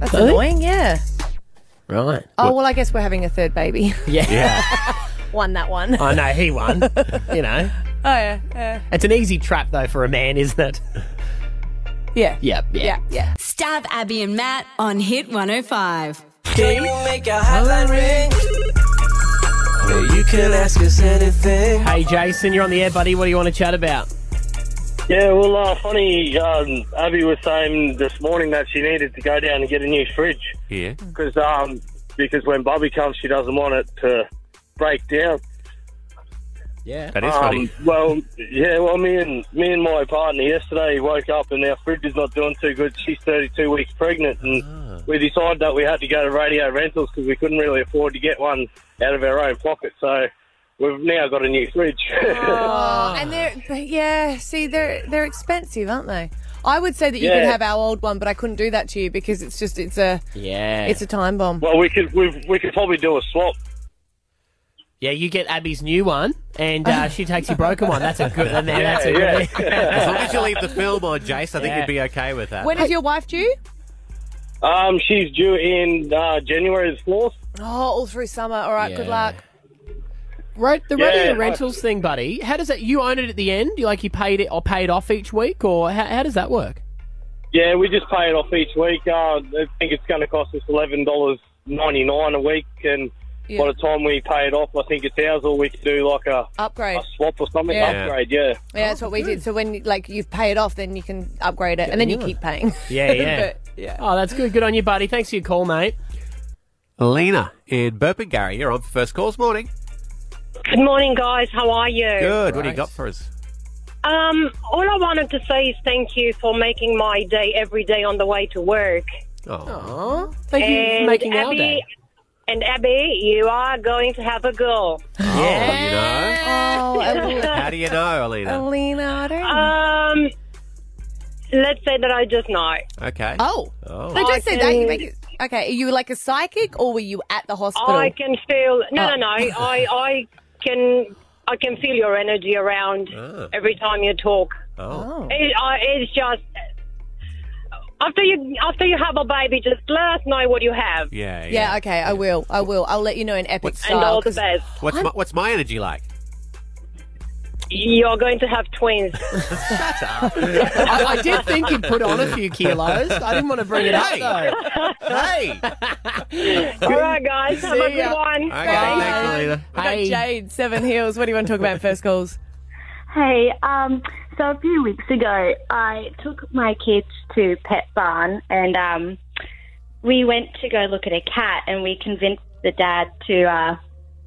[SPEAKER 5] That's
[SPEAKER 3] Really?
[SPEAKER 5] annoying, yeah.
[SPEAKER 3] Right.
[SPEAKER 5] Oh, well, I guess we're having a third baby.
[SPEAKER 3] Yeah.
[SPEAKER 5] Won that one. Oh,
[SPEAKER 3] I know he won. you know,
[SPEAKER 5] yeah. Yeah.
[SPEAKER 3] it's an easy trap though for a man, isn't it?
[SPEAKER 5] Yeah.
[SPEAKER 3] Yep.
[SPEAKER 5] Yeah. yeah.
[SPEAKER 8] Stab Abby and Matt on Hit 105.
[SPEAKER 7] Can you make a hotline ring? Yeah, you can ask us anything.
[SPEAKER 3] Hey, Jason, you're on the air, buddy. What do you want to chat about?
[SPEAKER 9] Yeah, well, uh, funny. Um, Abby was saying this morning that she needed to go down and get a new fridge
[SPEAKER 4] Yeah.
[SPEAKER 9] because um, because when Bobby comes, she doesn't want it to break down.
[SPEAKER 3] Yeah.
[SPEAKER 4] That is
[SPEAKER 9] Um,
[SPEAKER 4] funny.
[SPEAKER 9] well, yeah, well, me and me and my partner yesterday woke up and our fridge is not doing too good. She's 32 weeks pregnant, and
[SPEAKER 4] Ah.
[SPEAKER 9] we decided that we had to go to Radio Rentals because we couldn't really afford to get one out of our own pocket. So we've now got a new fridge.
[SPEAKER 5] Oh, and they're but yeah. See, they're they're expensive, aren't they? I would say that you could
[SPEAKER 9] Yeah.
[SPEAKER 5] have our old one, but I couldn't do that to you because it's just it's a
[SPEAKER 3] Yeah.
[SPEAKER 5] it's a time bomb.
[SPEAKER 9] well, we could we've, we could probably do a swap.
[SPEAKER 3] yeah, you get Abby's new one, and uh, she takes your broken one. That's a good. And then that's a good.
[SPEAKER 4] as long as you leave the film on, Jace, I think
[SPEAKER 3] Yeah.
[SPEAKER 4] you'd be okay with that.
[SPEAKER 5] When is your wife due?
[SPEAKER 9] Um, she's due in uh, January the fourth.
[SPEAKER 5] Oh, all through summer. All right, good
[SPEAKER 3] Yeah.
[SPEAKER 5] luck.
[SPEAKER 3] Right, the
[SPEAKER 9] Yeah.
[SPEAKER 3] radio rentals thing, buddy. How does that? You own it at the end. You like you paid it or paid off each week, or how, how does that work?
[SPEAKER 9] Yeah, we just pay it off each week. Uh, I think it's going to cost us eleven dollars ninety nine a week, and by the time we pay it off, I think it's ours, or we could do like a,
[SPEAKER 5] Upgrade.
[SPEAKER 9] a swap or something
[SPEAKER 5] Yeah.
[SPEAKER 9] upgrade. Yeah,
[SPEAKER 5] Yeah, that's what we did. So when like you pay it off, then you can upgrade it, and then you keep paying.
[SPEAKER 3] Yeah, yeah.
[SPEAKER 5] But, yeah.
[SPEAKER 3] Oh, that's good. Good on you, buddy. Thanks for your call, mate.
[SPEAKER 4] Lena in Burpengary, you're on for first calls morning.
[SPEAKER 10] Good morning, guys. How are you?
[SPEAKER 4] Good. What do you got for us?
[SPEAKER 10] Um, all I wanted to say is thank you for making my day every day on the way to work.
[SPEAKER 4] Oh,
[SPEAKER 3] Oh, thank you for making our day.
[SPEAKER 10] and Abby, you are going to have a girl.
[SPEAKER 4] yeah. you know.
[SPEAKER 5] Oh,
[SPEAKER 4] How do you know, Alina?
[SPEAKER 5] Alina, I don't.
[SPEAKER 10] Um, let's say that I just know.
[SPEAKER 4] Okay.
[SPEAKER 5] oh,
[SPEAKER 4] Oh.
[SPEAKER 5] they just said that.
[SPEAKER 10] can-
[SPEAKER 5] You make it, okay, are you like a psychic, or were you at the hospital? Oh.
[SPEAKER 10] I can feel. No, no, no. I, I can. I can feel your energy around
[SPEAKER 4] Ah.
[SPEAKER 10] every time you talk.
[SPEAKER 4] Oh.
[SPEAKER 5] oh.
[SPEAKER 10] It, I, it's just after you after you have a baby, just let us know what you have.
[SPEAKER 4] Yeah. Yeah.
[SPEAKER 5] Yeah, okay, I will. I will. I'll let you know in epic style.
[SPEAKER 10] And all the
[SPEAKER 5] 'cause-
[SPEAKER 10] best.
[SPEAKER 4] What's my, what's my energy like?
[SPEAKER 10] You're going to have twins.
[SPEAKER 3] I, I did think you'd put on a few kilos. I didn't want to bring it up
[SPEAKER 4] Hey.
[SPEAKER 3] though.
[SPEAKER 4] hey.
[SPEAKER 10] all right, guys. Have a
[SPEAKER 3] See
[SPEAKER 10] good
[SPEAKER 3] ya.
[SPEAKER 10] one.
[SPEAKER 4] Okay.
[SPEAKER 10] Bye.
[SPEAKER 4] Thanks, Alina.
[SPEAKER 5] We've got
[SPEAKER 3] Hey.
[SPEAKER 5] Jade, Seven Hills. What do you want to talk about first calls?
[SPEAKER 11] Hey, um, so a few weeks ago, I took my kids to Pet Barn and um, we went to go look at a cat and we convinced the dad to uh,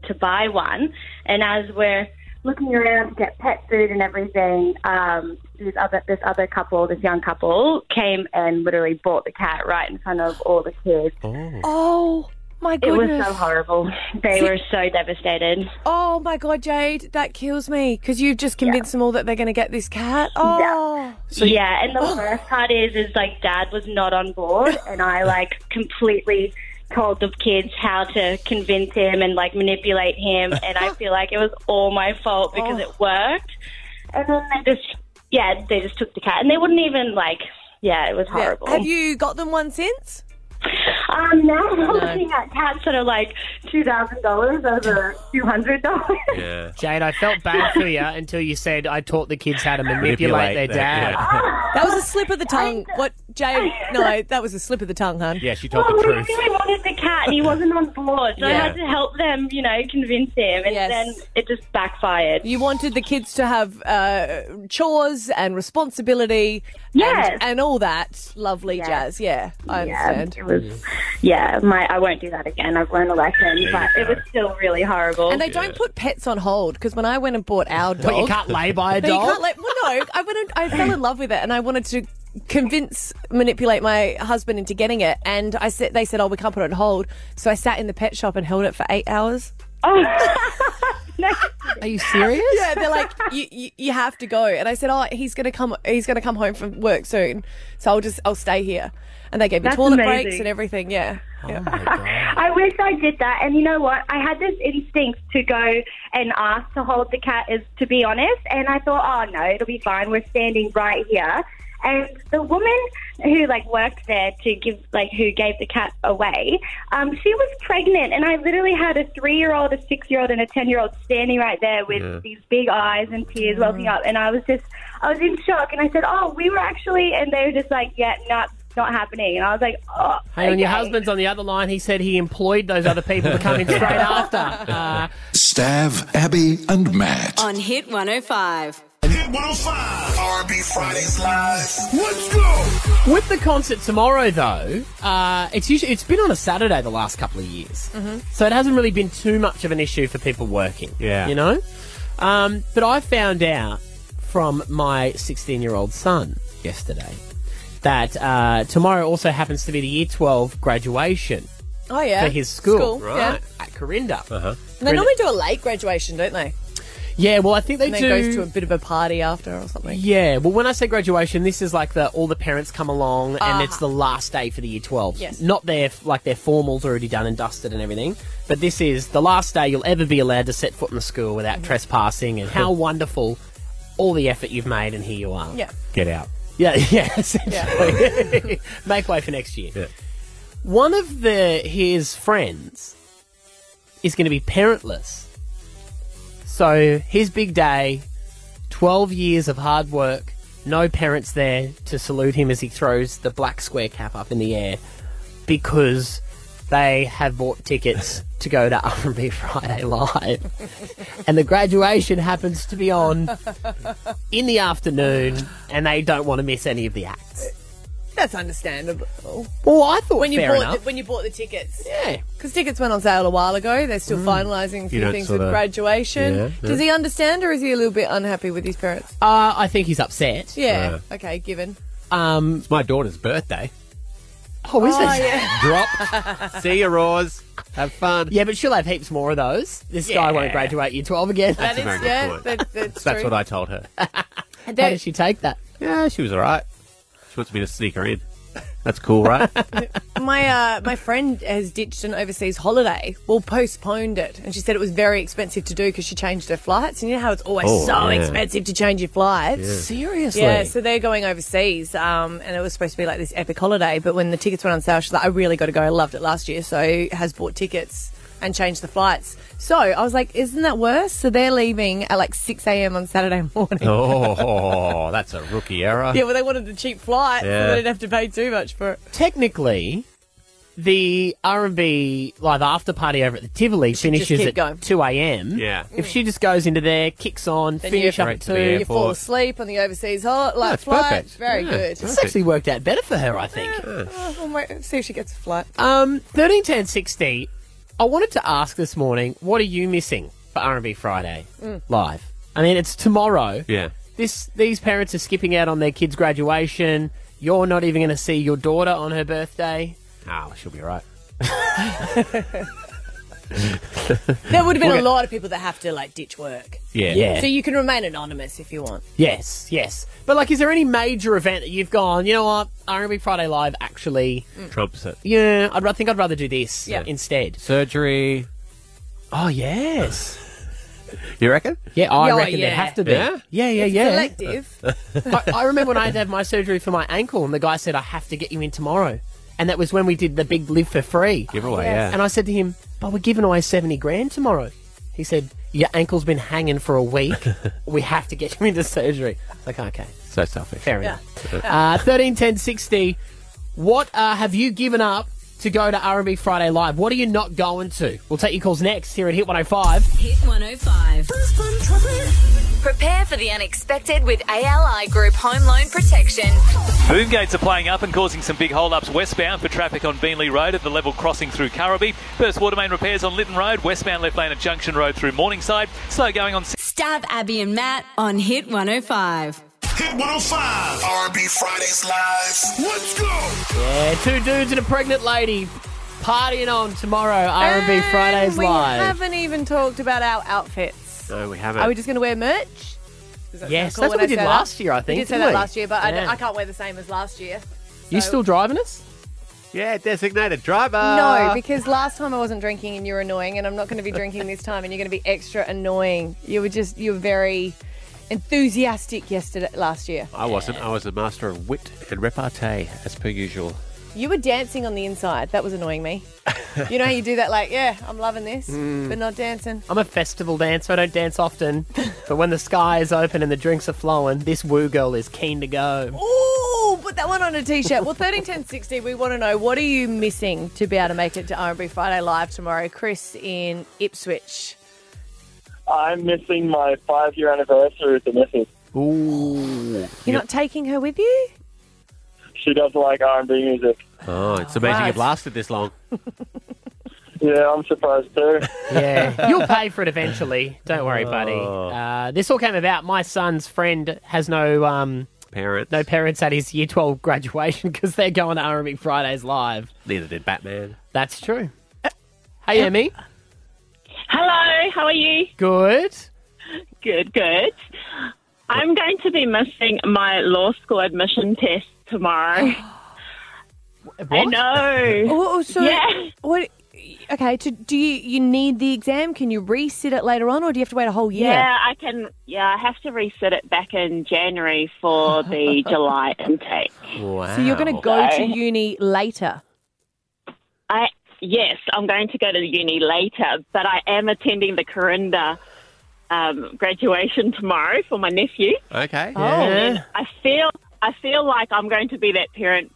[SPEAKER 11] to buy one. And as we're looking around to get pet food and everything, um, this other this other couple, this young couple, came and literally bought the cat right in front of all the kids.
[SPEAKER 5] Oh my
[SPEAKER 11] It was
[SPEAKER 5] goodness!
[SPEAKER 11] so horrible. They were so devastated.
[SPEAKER 5] oh my god, Jade, that kills me because you've just convinced them all that they're going to get this cat. Oh,
[SPEAKER 11] yeah, and the worst part is, is like dad was not on board, and I like completely told the kids how to convince him and like manipulate him. And I feel like it was all my fault because
[SPEAKER 5] Oh.
[SPEAKER 11] it worked. And then they just, yeah, they just took the cat and they wouldn't even like, yeah, it was
[SPEAKER 5] Yeah.
[SPEAKER 11] horrible.
[SPEAKER 5] Have you got them one since?
[SPEAKER 11] Um, now I'm
[SPEAKER 5] No.
[SPEAKER 11] looking at cats that are like two thousand dollars over two hundred dollars.
[SPEAKER 4] Yeah.
[SPEAKER 3] Jade, I felt bad for you until you said I taught the kids how to manipulate,
[SPEAKER 4] Manipulate
[SPEAKER 3] their
[SPEAKER 4] that,
[SPEAKER 3] dad.
[SPEAKER 5] That was a slip of the tongue. What, Jade? No, that was a slip of the tongue, hun.
[SPEAKER 4] Oh, Yeah, she
[SPEAKER 11] Well, we really wanted the cat, and he wasn't on board, so I
[SPEAKER 5] Yeah.
[SPEAKER 11] had to help them, you know, convince him, and
[SPEAKER 5] Yes.
[SPEAKER 11] then it just backfired.
[SPEAKER 5] You wanted the kids to have uh, chores and responsibility
[SPEAKER 11] Yes.
[SPEAKER 5] and, and all that lovely jazz. Yeah, I
[SPEAKER 11] Yeah,
[SPEAKER 5] understand.
[SPEAKER 11] it was- Yeah, my I won't do that again. I've learned a lesson,
[SPEAKER 5] There
[SPEAKER 11] but
[SPEAKER 5] you
[SPEAKER 11] it was still really horrible.
[SPEAKER 5] And they don't put pets on hold because when I went and bought our dog,
[SPEAKER 11] But you can't lay by a
[SPEAKER 5] No, you
[SPEAKER 11] dog?
[SPEAKER 5] can't lay- well, no, I went. And, I fell in love with it, and I wanted to convince, manipulate my husband into getting it. And I said, they said, "Oh, we can't put it on hold." So I sat in the pet shop and held it for eight hours.
[SPEAKER 11] Oh.
[SPEAKER 3] Are you serious?
[SPEAKER 5] Yeah, they're like, you, you, you have to go. And I said, oh, he's gonna come. He's gonna come home from work soon, so I'll just I'll stay here. And they gave me
[SPEAKER 11] That's
[SPEAKER 5] toilet breaks
[SPEAKER 11] amazing.
[SPEAKER 5] and everything. Yeah. yeah.
[SPEAKER 11] Oh I wish I did that. And you know what? I had this instinct to go and ask to hold the cat, is to be honest. And I thought, oh no, it'll be fine. We're standing right here. And the woman who like worked there to give like who gave the cat away, um, she was pregnant, and I literally had a three-year-old, a six-year-old, and a ten-year-old standing right there with
[SPEAKER 12] Yeah.
[SPEAKER 11] these big eyes and tears welling up, and I was just, I was in shock, and I said, oh, we were actually, and they were just like, yeah, not, not happening, and I was like, oh,
[SPEAKER 3] Hang on, your
[SPEAKER 11] okay."
[SPEAKER 3] husband's on the other line. He said he employed those other people to come in straight after. Uh,
[SPEAKER 1] Stav, Abby, and Matt.
[SPEAKER 7] On Hit 105.
[SPEAKER 13] Hit 105. RB Fridays Live. Let's go.
[SPEAKER 3] with the concert tomorrow, though, uh, it's usually it's been on a Saturday the last couple of years,
[SPEAKER 5] Mm-hmm.
[SPEAKER 13] Mhm.
[SPEAKER 3] so it hasn't really been too much of an issue for people working.
[SPEAKER 4] Yeah.
[SPEAKER 3] you know. Um, but I found out from my 16-year-old son yesterday that uh, tomorrow also happens to be the Year 12 graduation
[SPEAKER 5] Oh yeah.
[SPEAKER 3] for his school,
[SPEAKER 5] Yeah.
[SPEAKER 3] at Corinda. Uh-huh.
[SPEAKER 5] And they normally do a late graduation, don't they?
[SPEAKER 3] Yeah, well, I think they
[SPEAKER 5] and then
[SPEAKER 3] do.
[SPEAKER 5] goes to a bit of a party after or something.
[SPEAKER 3] Yeah, well, when I say graduation, this is like the all the parents come along, and
[SPEAKER 5] Ah.
[SPEAKER 3] it's the last day for the year twelve.
[SPEAKER 5] Yes.
[SPEAKER 3] not their like their formals already done and dusted and everything, but this is the last day you'll ever be allowed to set foot in the school without
[SPEAKER 5] Mm-hmm.
[SPEAKER 3] trespassing, and how wonderful all the effort you've made, and here you are.
[SPEAKER 5] Yeah.
[SPEAKER 3] Get out. Yeah, yeah, essentially. Make way for next year. One of the his friends is going to be parentless. So his big day, 12 years of hard work, no parents there to salute him as he throws the black square cap up in the air because they have bought tickets to go to R&B Friday Live. and the graduation happens to be on in the afternoon and they don't want to miss any of the acts.
[SPEAKER 5] That's understandable.
[SPEAKER 3] Well, I thought
[SPEAKER 5] when you
[SPEAKER 3] fair
[SPEAKER 5] bought
[SPEAKER 3] enough.
[SPEAKER 5] The, when you bought the tickets,
[SPEAKER 3] yeah, Mm.
[SPEAKER 5] because tickets went on sale a while ago. They're still finalising a few
[SPEAKER 3] don't
[SPEAKER 5] things with
[SPEAKER 3] sorta-
[SPEAKER 5] graduation.
[SPEAKER 3] Yeah,
[SPEAKER 5] Does
[SPEAKER 3] yeah.
[SPEAKER 5] he understand, or is he a little bit unhappy with his parents?
[SPEAKER 3] Uh, I think he's upset.
[SPEAKER 5] Yeah.
[SPEAKER 3] Uh.
[SPEAKER 5] Okay. Given.
[SPEAKER 3] Um,
[SPEAKER 4] it's my daughter's birthday.
[SPEAKER 3] Oh, is
[SPEAKER 5] Oh,
[SPEAKER 3] it?
[SPEAKER 5] yeah.
[SPEAKER 4] Drop. See you, Roars. Have fun.
[SPEAKER 3] Yeah, but she'll have heaps more of those. This guy won't
[SPEAKER 4] Yeah.
[SPEAKER 3] graduate year 12 again.
[SPEAKER 4] That's a very good point. That's what I told her.
[SPEAKER 3] How did she take that?
[SPEAKER 4] Yeah, she was all right. She wants me to sneak her in. That's cool, right?
[SPEAKER 5] My uh, my friend has ditched an overseas holiday, well postponed it, and she said it was very expensive to do because she changed her flights. And you know how it's always
[SPEAKER 3] Oh,
[SPEAKER 5] so
[SPEAKER 3] yeah.
[SPEAKER 5] expensive to change your flights.
[SPEAKER 3] Yeah. Seriously?
[SPEAKER 5] Yeah. So they're going overseas, um, and it was supposed to be like this epic holiday. But when the tickets went on sale, she's like, "I really got to go. I loved it last year, so has bought tickets." And changed the flights. So I was like, isn't that worse? So they're leaving at like 6 a.m. on Saturday morning.
[SPEAKER 4] oh, that's a rookie error.
[SPEAKER 5] Yeah, well, they wanted the cheap flight, so
[SPEAKER 4] Yeah.
[SPEAKER 5] they didn't have to pay too much for it.
[SPEAKER 3] Technically, the R&B live after party over at the Tivoli finishes
[SPEAKER 5] keep
[SPEAKER 3] at
[SPEAKER 5] going.
[SPEAKER 3] 2 a.m.
[SPEAKER 4] Yeah.
[SPEAKER 3] If she just goes into there, kicks on,
[SPEAKER 5] Then
[SPEAKER 3] finish
[SPEAKER 5] you-
[SPEAKER 3] up
[SPEAKER 5] Straight
[SPEAKER 3] at
[SPEAKER 5] to
[SPEAKER 3] 2.
[SPEAKER 5] the You fall asleep on the overseas hot, like
[SPEAKER 3] it's
[SPEAKER 5] flight.
[SPEAKER 3] perfect.
[SPEAKER 5] Very
[SPEAKER 3] Yeah,
[SPEAKER 5] good.
[SPEAKER 3] This actually worked out better for her, I think.
[SPEAKER 5] Oh, we'll wait- see if she gets a flight.
[SPEAKER 3] Um, 13, 10, 60. I wanted to ask this morning, what are you missing for R&B Friday
[SPEAKER 5] Mm.
[SPEAKER 3] live? I mean, it's tomorrow.
[SPEAKER 4] Yeah.
[SPEAKER 3] This these parents are skipping out on their kids' graduation. You're not even going to
[SPEAKER 4] Ah,
[SPEAKER 3] see your daughter on her birthday.
[SPEAKER 4] Oh, she'll be all right.
[SPEAKER 5] There would have been
[SPEAKER 3] Okay.
[SPEAKER 5] a lot of people that have to like ditch work.
[SPEAKER 3] Yeah. Yeah.
[SPEAKER 5] So you can remain anonymous if you want.
[SPEAKER 3] Yes, yes. But like, is there any major event that you've gone? You know what? R&B Friday Live actually.
[SPEAKER 4] Trumps it.
[SPEAKER 3] Yeah, I'd, I think I'd rather do this
[SPEAKER 4] Mm. Yeah.
[SPEAKER 3] instead.
[SPEAKER 4] Surgery.
[SPEAKER 3] Oh yes.
[SPEAKER 4] You reckon?
[SPEAKER 3] Yeah, Oh, I
[SPEAKER 4] Yeah,
[SPEAKER 3] reckon
[SPEAKER 4] yeah.
[SPEAKER 3] there'd have to be.
[SPEAKER 4] Yeah?
[SPEAKER 3] yeah, yeah.
[SPEAKER 4] It's
[SPEAKER 3] yeah.
[SPEAKER 5] selective.
[SPEAKER 3] I, I remember when I had to have my surgery for my ankle, and the guy said, "I have to get you in tomorrow," and that was when we did the big live for free
[SPEAKER 4] Giveaway, Yes. yeah.
[SPEAKER 3] And I said to him, "But we're giving away seventy grand tomorrow." He said, "Your ankle's been hanging for a week. we have to get you into surgery." I was like, "Okay."
[SPEAKER 4] So selfish.
[SPEAKER 3] Fair enough. Uh, 13, 10, 60. What uh, have you given up to go to R&B Friday Live? What are you not going to? We'll take your calls next here at Hit 105.
[SPEAKER 7] Hit 105.
[SPEAKER 2] Prepare for the unexpected with ALI Group Home Loan Protection.
[SPEAKER 12] Boom gates are playing up and causing some big hold-ups westbound for traffic on Beanley Road at the level crossing through Currabee. First water main repairs on Lytton Road, westbound left lane at Junction Road through Morningside. Slow going on.
[SPEAKER 7] Stab Abby and Matt on Hit 105.
[SPEAKER 13] Hit 105. R&B Fridays Live. Let's go.
[SPEAKER 3] Yeah, two dudes and a pregnant lady partying on tomorrow, R&B Fridays
[SPEAKER 5] we
[SPEAKER 3] Live.
[SPEAKER 5] haven't even talked about our outfits.
[SPEAKER 3] no, we
[SPEAKER 5] Are we just going to wear merch? Is that
[SPEAKER 3] Yes,
[SPEAKER 5] is that
[SPEAKER 3] that's what we
[SPEAKER 5] I
[SPEAKER 3] did
[SPEAKER 5] say that?
[SPEAKER 3] last year, I think,
[SPEAKER 5] We did say
[SPEAKER 3] didn't
[SPEAKER 5] that
[SPEAKER 3] we?
[SPEAKER 5] last year, but I, don't-
[SPEAKER 3] Yeah.
[SPEAKER 5] I can't wear the same as last year.
[SPEAKER 3] You still driving us?
[SPEAKER 4] Yeah, designated driver.
[SPEAKER 3] Uh,
[SPEAKER 5] no, because last time I wasn't drinking and you were annoying, and I'm not going to be drinking this time, and you're going to be extra annoying. You were just you were very enthusiastic yesterday last year.
[SPEAKER 4] I wasn't. I was a master of wit and repartee, as per usual.
[SPEAKER 5] You were dancing on the inside. That was annoying me. you know how you do that, like, yeah, I'm loving this,
[SPEAKER 3] Mm.
[SPEAKER 5] but not dancing.
[SPEAKER 3] I'm a festival dancer. I don't dance often, but when the sky is open and the drinks are flowing, this woo girl is keen to go.
[SPEAKER 5] Ooh, put that one on a t-shirt. Well, thirteen ten sixty. We want to know what are you missing to be able to make it to R&B Friday Live tomorrow, Chris in Ipswich.
[SPEAKER 14] I'm missing my five year anniversary with the missus.
[SPEAKER 4] Ooh.
[SPEAKER 5] You're not taking her with you?
[SPEAKER 14] She doesn't like R and B music.
[SPEAKER 3] Ah,
[SPEAKER 4] Oh, it's amazing
[SPEAKER 14] Right.
[SPEAKER 4] you've lasted this long.
[SPEAKER 14] Yeah, I'm surprised too.
[SPEAKER 3] Yeah, you'll pay for it eventually. Don't worry, buddy.
[SPEAKER 4] Oh.
[SPEAKER 3] Uh, this all came about. My son's friend has no um,
[SPEAKER 4] Parents.
[SPEAKER 3] no parents at his Year 12 graduation because they're going to R&B Fridays live.
[SPEAKER 4] Neither did Batman.
[SPEAKER 3] That's true. Hey, Emmy.
[SPEAKER 15] Hello, how are you?
[SPEAKER 3] Good.
[SPEAKER 15] Good, good. I'm going to be missing my law school admission test tomorrow. I know.
[SPEAKER 5] Oh, oh, so
[SPEAKER 15] yeah.
[SPEAKER 5] what? Okay, to, do you you need the exam? Can you resit it later on, or do you have to wait a whole year?
[SPEAKER 15] Yeah, I can. Yeah, I have to reset it back in January for the July intake.
[SPEAKER 4] Wow.
[SPEAKER 5] So you're going to go
[SPEAKER 15] So-
[SPEAKER 5] to uni later.
[SPEAKER 15] I yes, I'm going to go to uni later, but I am attending the Corinda um, graduation tomorrow for my nephew.
[SPEAKER 4] Okay.
[SPEAKER 15] And I feel I feel like I'm going to be that parent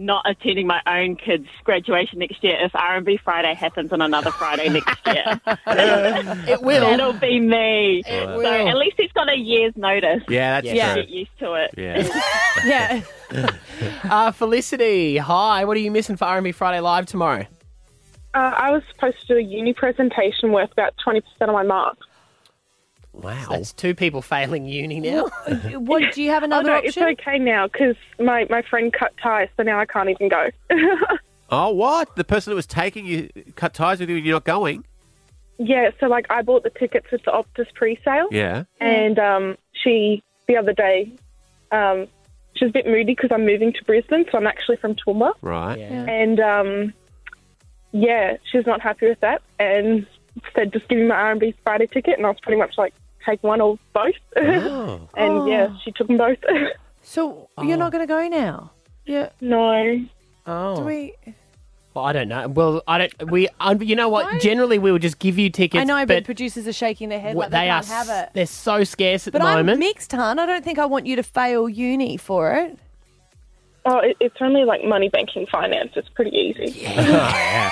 [SPEAKER 15] not attending my own kid's graduation next year if R and B Friday happens on another Friday next year.
[SPEAKER 3] it
[SPEAKER 15] will. That'll be me. so
[SPEAKER 5] will.
[SPEAKER 15] at least he's got a year's notice.
[SPEAKER 4] Yeah, that's
[SPEAKER 15] yeah.
[SPEAKER 4] true.
[SPEAKER 15] Get used to it.
[SPEAKER 4] Yeah.
[SPEAKER 5] yeah.
[SPEAKER 3] Uh, Felicity, hi. What are you missing for R&B Friday live tomorrow?
[SPEAKER 16] Uh, I was supposed to do a uni presentation worth about 20% of my mark.
[SPEAKER 3] Wow. that's two people failing uni now.
[SPEAKER 5] What do you have another
[SPEAKER 16] oh, no,
[SPEAKER 5] option?
[SPEAKER 16] It's okay now because my, my friend cut ties, so now I can't even go.
[SPEAKER 4] Oh, what? The person that was taking you cut ties with you and you're not going?
[SPEAKER 16] yeah, so like I bought the tickets at the Optus pre-sale,
[SPEAKER 4] Yeah.
[SPEAKER 5] Mm.
[SPEAKER 16] and um, she the other day, um, she was a bit moody because I'm moving to Brisbane, so I'm actually from Toowoomba,
[SPEAKER 4] Right.
[SPEAKER 16] and um, yeah, she was not happy with that, and said just give me my R&B Friday ticket, and I was pretty much like take one or both,
[SPEAKER 5] Oh.
[SPEAKER 16] and yeah, she took them both.
[SPEAKER 5] So you're not going to go now. Yeah.
[SPEAKER 16] No.
[SPEAKER 3] Oh.
[SPEAKER 5] Do we?
[SPEAKER 3] Well, I don't know. Well, I don't. We, I, you know what? Generally, we will just give you tickets.
[SPEAKER 5] I know, but,
[SPEAKER 3] but
[SPEAKER 5] producers are shaking their head
[SPEAKER 3] what-
[SPEAKER 5] like they,
[SPEAKER 3] they are
[SPEAKER 5] can't have it.
[SPEAKER 3] they're so scarce at
[SPEAKER 5] But
[SPEAKER 3] the moment.
[SPEAKER 5] I'm mixed, hon. I don't think I want you to fail uni for it.
[SPEAKER 16] Oh, it, it's only like money banking finance. It's pretty easy.
[SPEAKER 4] Oh, yeah.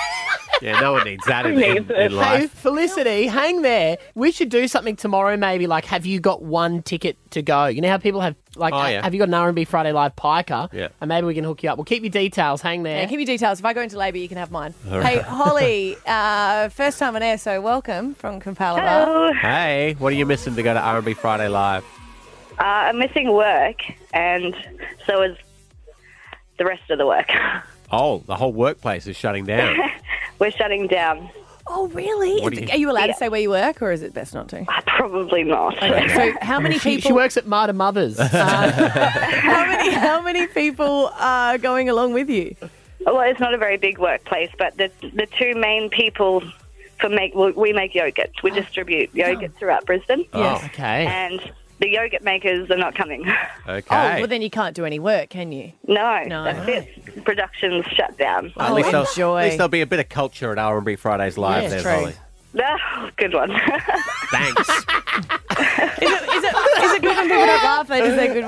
[SPEAKER 4] Yeah, no one needs that in, in, in
[SPEAKER 3] Hey,
[SPEAKER 4] life.
[SPEAKER 3] Felicity, hang there. We should do something tomorrow, maybe. Like, have you got one ticket to go? You know how people have, like,
[SPEAKER 4] Oh,
[SPEAKER 3] ha-
[SPEAKER 4] yeah.
[SPEAKER 3] have you got an R&B Friday Live piker?
[SPEAKER 4] Yeah.
[SPEAKER 3] And maybe we can hook you up. We'll keep your details. Hang there.
[SPEAKER 5] Yeah, keep your details. If I go into labour, you can have mine.
[SPEAKER 3] All
[SPEAKER 5] Hey,
[SPEAKER 3] right.
[SPEAKER 5] Holly, uh, first time on air, so welcome from Kampala.
[SPEAKER 4] Hey, what are you missing to go to R&B Friday Live?
[SPEAKER 17] Uh, I'm missing work, and so is the rest of the work.
[SPEAKER 4] Oh, the whole workplace is shutting down.
[SPEAKER 17] We're shutting down.
[SPEAKER 5] Oh, really?
[SPEAKER 3] What do you-
[SPEAKER 5] Are you allowed to say where you work, or is it best not to?
[SPEAKER 17] Probably not.
[SPEAKER 5] Okay, so how many
[SPEAKER 3] She-
[SPEAKER 5] people? Uh,
[SPEAKER 3] She works at Marta Mothers.
[SPEAKER 5] how many? How many people are going along with you?
[SPEAKER 17] Well, it's not a very big workplace, but the the two main people for make well, we make yogurt. We distribute yogurt throughout Brisbane.
[SPEAKER 4] Oh,
[SPEAKER 5] Yes.
[SPEAKER 3] okay.
[SPEAKER 17] And the yogurt makers are not coming.
[SPEAKER 4] Okay.
[SPEAKER 5] Oh, well, then you can't do any work, can you?
[SPEAKER 17] No,
[SPEAKER 5] No. Oh,
[SPEAKER 17] that's it. Production's shut down.
[SPEAKER 4] at, least there'll-
[SPEAKER 5] enjoy.
[SPEAKER 4] at least there'll be a bit of culture at R&B Fridays Live
[SPEAKER 5] Yeah,
[SPEAKER 4] there,
[SPEAKER 5] true.
[SPEAKER 4] Holly.
[SPEAKER 17] Ah, good one.
[SPEAKER 4] Thanks.
[SPEAKER 5] Is it, is it good when people don't laugh? Is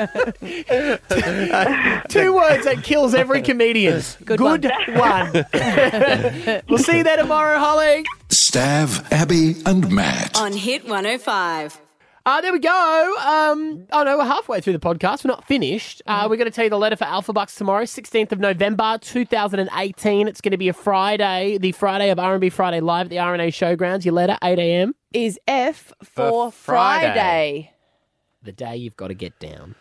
[SPEAKER 5] that a good one?
[SPEAKER 3] Two words that kills every comedian. Good, one. we'll see you there tomorrow, Holly.
[SPEAKER 1] Stav, Abby, and Matt.
[SPEAKER 7] On Hit 105.
[SPEAKER 3] Uh, there we go. Um, oh no, we're halfway through the podcast. We're not finished. Uh, we're going to tell you the letter for Alpha Bucks tomorrow, 16th of November, 2018. It's going to be a Friday, the Friday of R&B Friday Live at the RNA Showgrounds. Your letter, 8 a.m.
[SPEAKER 5] Is F
[SPEAKER 3] For
[SPEAKER 5] for
[SPEAKER 3] Friday.
[SPEAKER 5] Friday?
[SPEAKER 3] The day you've got to get down.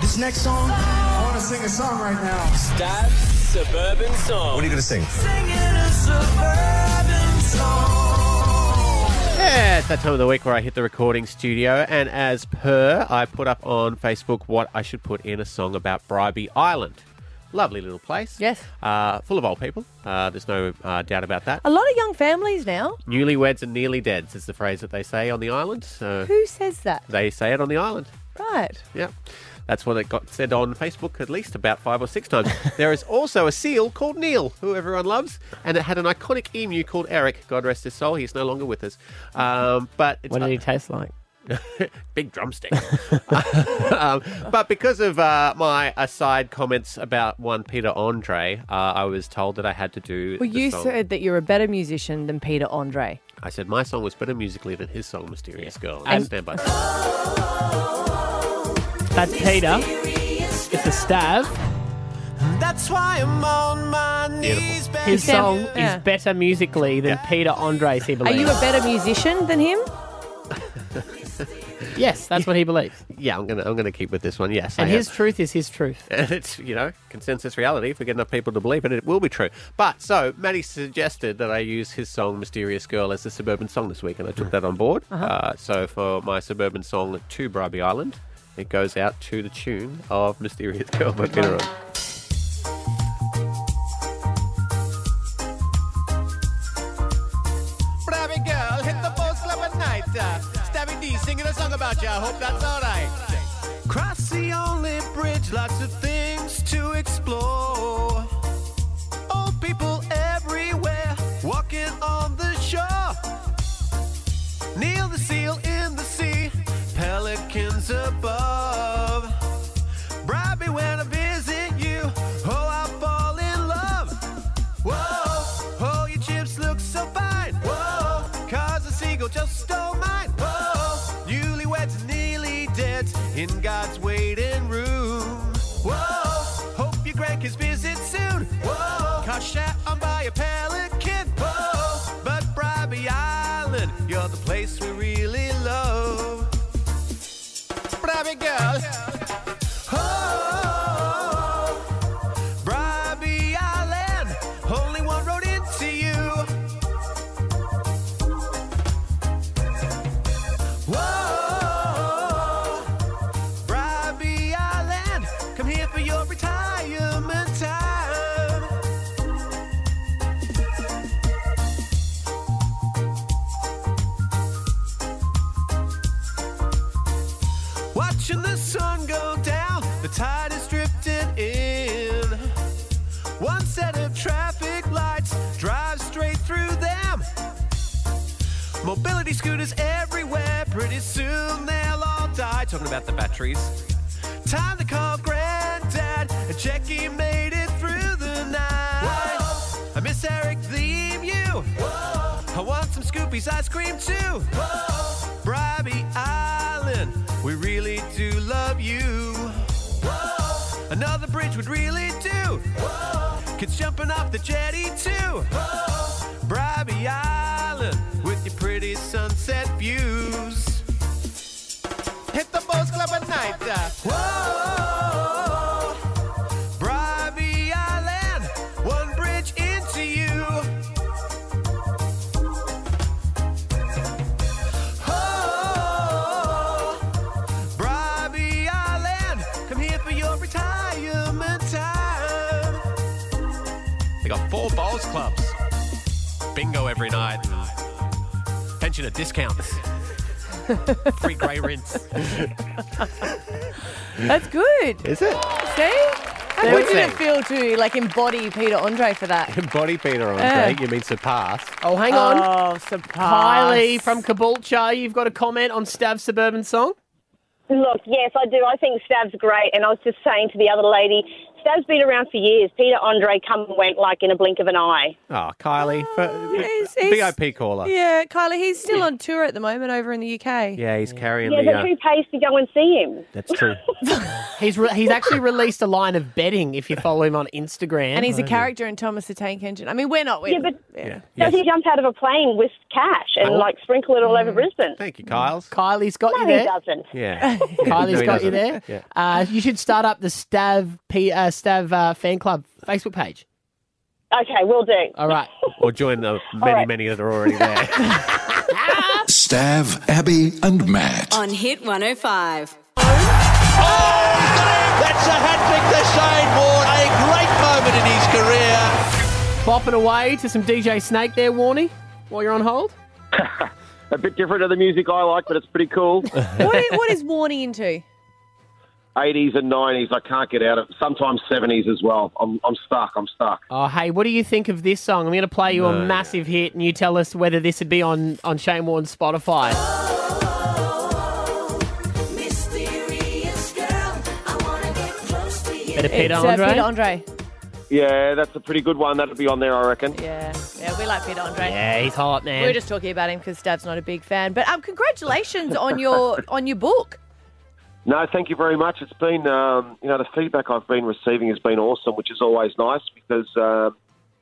[SPEAKER 13] This next song, I want to sing a song right now. Stab suburban song. What are you gonna sing? Singing a suburban song.
[SPEAKER 4] Yeah, it's that time of the week where I hit the recording studio, and as per, I put up on Facebook what I should put in a song about Bribey Island. Lovely little place.
[SPEAKER 5] Yes.
[SPEAKER 4] Uh, full of old people. Uh, there's no uh, doubt about that.
[SPEAKER 5] A lot of young families now.
[SPEAKER 4] Newlyweds and nearly deads is the phrase that they say on the island. So
[SPEAKER 5] Who says that?
[SPEAKER 4] they say it on the island.
[SPEAKER 5] Right.
[SPEAKER 4] Yeah. That's what it got said on Facebook at least about five or six times. there is also a seal called Neil, who everyone loves, and it had an iconic emu called Eric. God rest his soul. He's no longer with us. Um, but it's
[SPEAKER 3] What did he taste like?
[SPEAKER 4] big drumstick. um, but because of uh, my aside comments about one Peter Andre, uh, I was told that I had to do.
[SPEAKER 5] Well,
[SPEAKER 4] the
[SPEAKER 5] you
[SPEAKER 4] song.
[SPEAKER 5] said that you're a better musician than Peter Andre.
[SPEAKER 4] I said my song was better musically than his song, Mysterious Girl.
[SPEAKER 3] And-
[SPEAKER 4] Stand by.
[SPEAKER 3] That's Peter. It's a stav.
[SPEAKER 13] That's why I'm on my knees.
[SPEAKER 3] Beautiful.
[SPEAKER 13] baby.
[SPEAKER 3] His
[SPEAKER 5] Sam-
[SPEAKER 3] song
[SPEAKER 5] yeah.
[SPEAKER 3] is better musically than Peter Andres, he
[SPEAKER 5] Are
[SPEAKER 3] believes.
[SPEAKER 5] you a better musician than him?
[SPEAKER 3] yes, that's what he believes.
[SPEAKER 4] Yeah, I'm gonna I'm gonna keep with this one. Yes,
[SPEAKER 3] And
[SPEAKER 4] I am.
[SPEAKER 3] his truth is his truth.
[SPEAKER 4] And it's, you know, consensus reality. If we get enough people to believe it, it will be true. But so, Maddie suggested that I use his song Mysterious Girl as the suburban song this week, and I took that on board.
[SPEAKER 5] Uh-huh.
[SPEAKER 4] uh so, for my suburban song to Bribey Island, it goes out to the tune of Mysterious Girl by Peter. Andre.
[SPEAKER 13] Brabby girl, hit the boat club at night. Uh, Stabby D singing a song about ya. Hope that's alright. Cross the only bridge, lots of things to explore. Old people everywhere, walking on the shore. Kneel the seal in the sea, pelicans above. Bribey when I visit you, oh, I fall in love. Whoa, oh, your chips look so fine. Whoa, cause a seagull just stole mine. Whoa, newlyweds and nearly dead in God's waiting room. Whoa, hope your grandkids visit soon. Whoa, cause shot on by a pelican. Whoa, but Bribey Island, you're the place we really love. Bribey girl. Oh, Bribey Island, only one road into you. Whoa, Bribey Island, come here for your retirement time. Watching the sun go down, the tide is drifting in. One set of traffic lights drives straight through them. Mobility scooters everywhere, pretty soon they'll all die. Talking about the batteries. Time to call Granddad and check he made it through the night. I miss Eric the Emu. I want some Scoopy's ice cream too. Bribey Island, we really do love you. Another bridge would really do. Kids jumping off the jetty too. Bribey Island, with your pretty sunset views. Hit the boats club at night. uh, Whoa, Bribey Island, one bridge into you. for your retirement time.
[SPEAKER 4] They got four bowls clubs. Bingo every night. Pensioner discounts. Free grey rinse.
[SPEAKER 5] That's good.
[SPEAKER 4] Is it?
[SPEAKER 5] See? How
[SPEAKER 4] There
[SPEAKER 5] good
[SPEAKER 4] we
[SPEAKER 5] did it feel
[SPEAKER 4] go.
[SPEAKER 5] to like embody Peter Andre for that?
[SPEAKER 4] Body Peter on
[SPEAKER 5] Yeah.
[SPEAKER 4] You mean surpass?
[SPEAKER 3] Oh, hang on.
[SPEAKER 5] Oh,
[SPEAKER 3] Kylie from Caboolture, you've got a comment on Stav's Suburban Song?
[SPEAKER 18] Look, yes, I do. I think Stav's great. And I was just saying to the other lady, Stav's been around for years. Peter Andre come and went like in a blink of an eye.
[SPEAKER 4] Oh, Kylie. for,
[SPEAKER 5] he's- he's-
[SPEAKER 4] VIP caller.
[SPEAKER 5] Yeah, Kylie, he's still on tour at the moment over in the UK.
[SPEAKER 4] Yeah, uh, he's carrying
[SPEAKER 18] yeah,
[SPEAKER 4] the.
[SPEAKER 18] but who pays to go and see him?
[SPEAKER 4] that's true.
[SPEAKER 3] He's re- he's actually released a line of betting if you follow him on Instagram.
[SPEAKER 5] And he's a character in Thomas the Tank Engine. I mean, we're not. We're, yeah, but
[SPEAKER 18] Does he jump out of a plane with cash and
[SPEAKER 5] Oh.
[SPEAKER 18] like sprinkle it all over Brisbane?
[SPEAKER 4] Thank you, Kyles.
[SPEAKER 3] Kylie's got
[SPEAKER 18] no,
[SPEAKER 3] you there.
[SPEAKER 18] he doesn't.
[SPEAKER 4] Yeah.
[SPEAKER 3] Kylie's
[SPEAKER 4] No, he
[SPEAKER 3] got you there.
[SPEAKER 4] doesn't. Yeah.
[SPEAKER 3] Uh, you should start up the Stav P, uh, Stav uh, fan club Facebook page.
[SPEAKER 18] Okay, we'll do.
[SPEAKER 3] All right.
[SPEAKER 4] Or join the many, many that are already there.
[SPEAKER 1] Stav, Abby, and Matt.
[SPEAKER 7] On Hit 105.
[SPEAKER 13] Oh, That's a hat trick to Shane Warne. A great moment in his career.
[SPEAKER 3] Bopping away to some DJ Snake there, Warney, while you're on hold.
[SPEAKER 19] A bit different to the music I like, but it's pretty cool.
[SPEAKER 5] what, is, what is Warnie into?
[SPEAKER 19] 80s and 90s, I can't get out of. Sometimes 70s as well. I'm, I'm stuck. I'm stuck.
[SPEAKER 3] Oh, hey, what do you think of this song? I'm going to play you
[SPEAKER 19] No.
[SPEAKER 3] a massive hit, and you tell us whether this would be on, on Shane Warne's Spotify. Better
[SPEAKER 5] It's,
[SPEAKER 3] Peter
[SPEAKER 5] uh,
[SPEAKER 3] Andre.
[SPEAKER 5] Peter Andre.
[SPEAKER 19] Yeah, that's a pretty good one. That'll be on there, I reckon.
[SPEAKER 5] Yeah, yeah, we like Peter Andre.
[SPEAKER 3] Yeah, he's hot, man.
[SPEAKER 5] We were just talking about him because Stab's not a big fan. But um, congratulations on your on your book.
[SPEAKER 19] No, thank you very much. It's been, um, you know, the feedback I've been receiving has been awesome, which is always nice because, uh,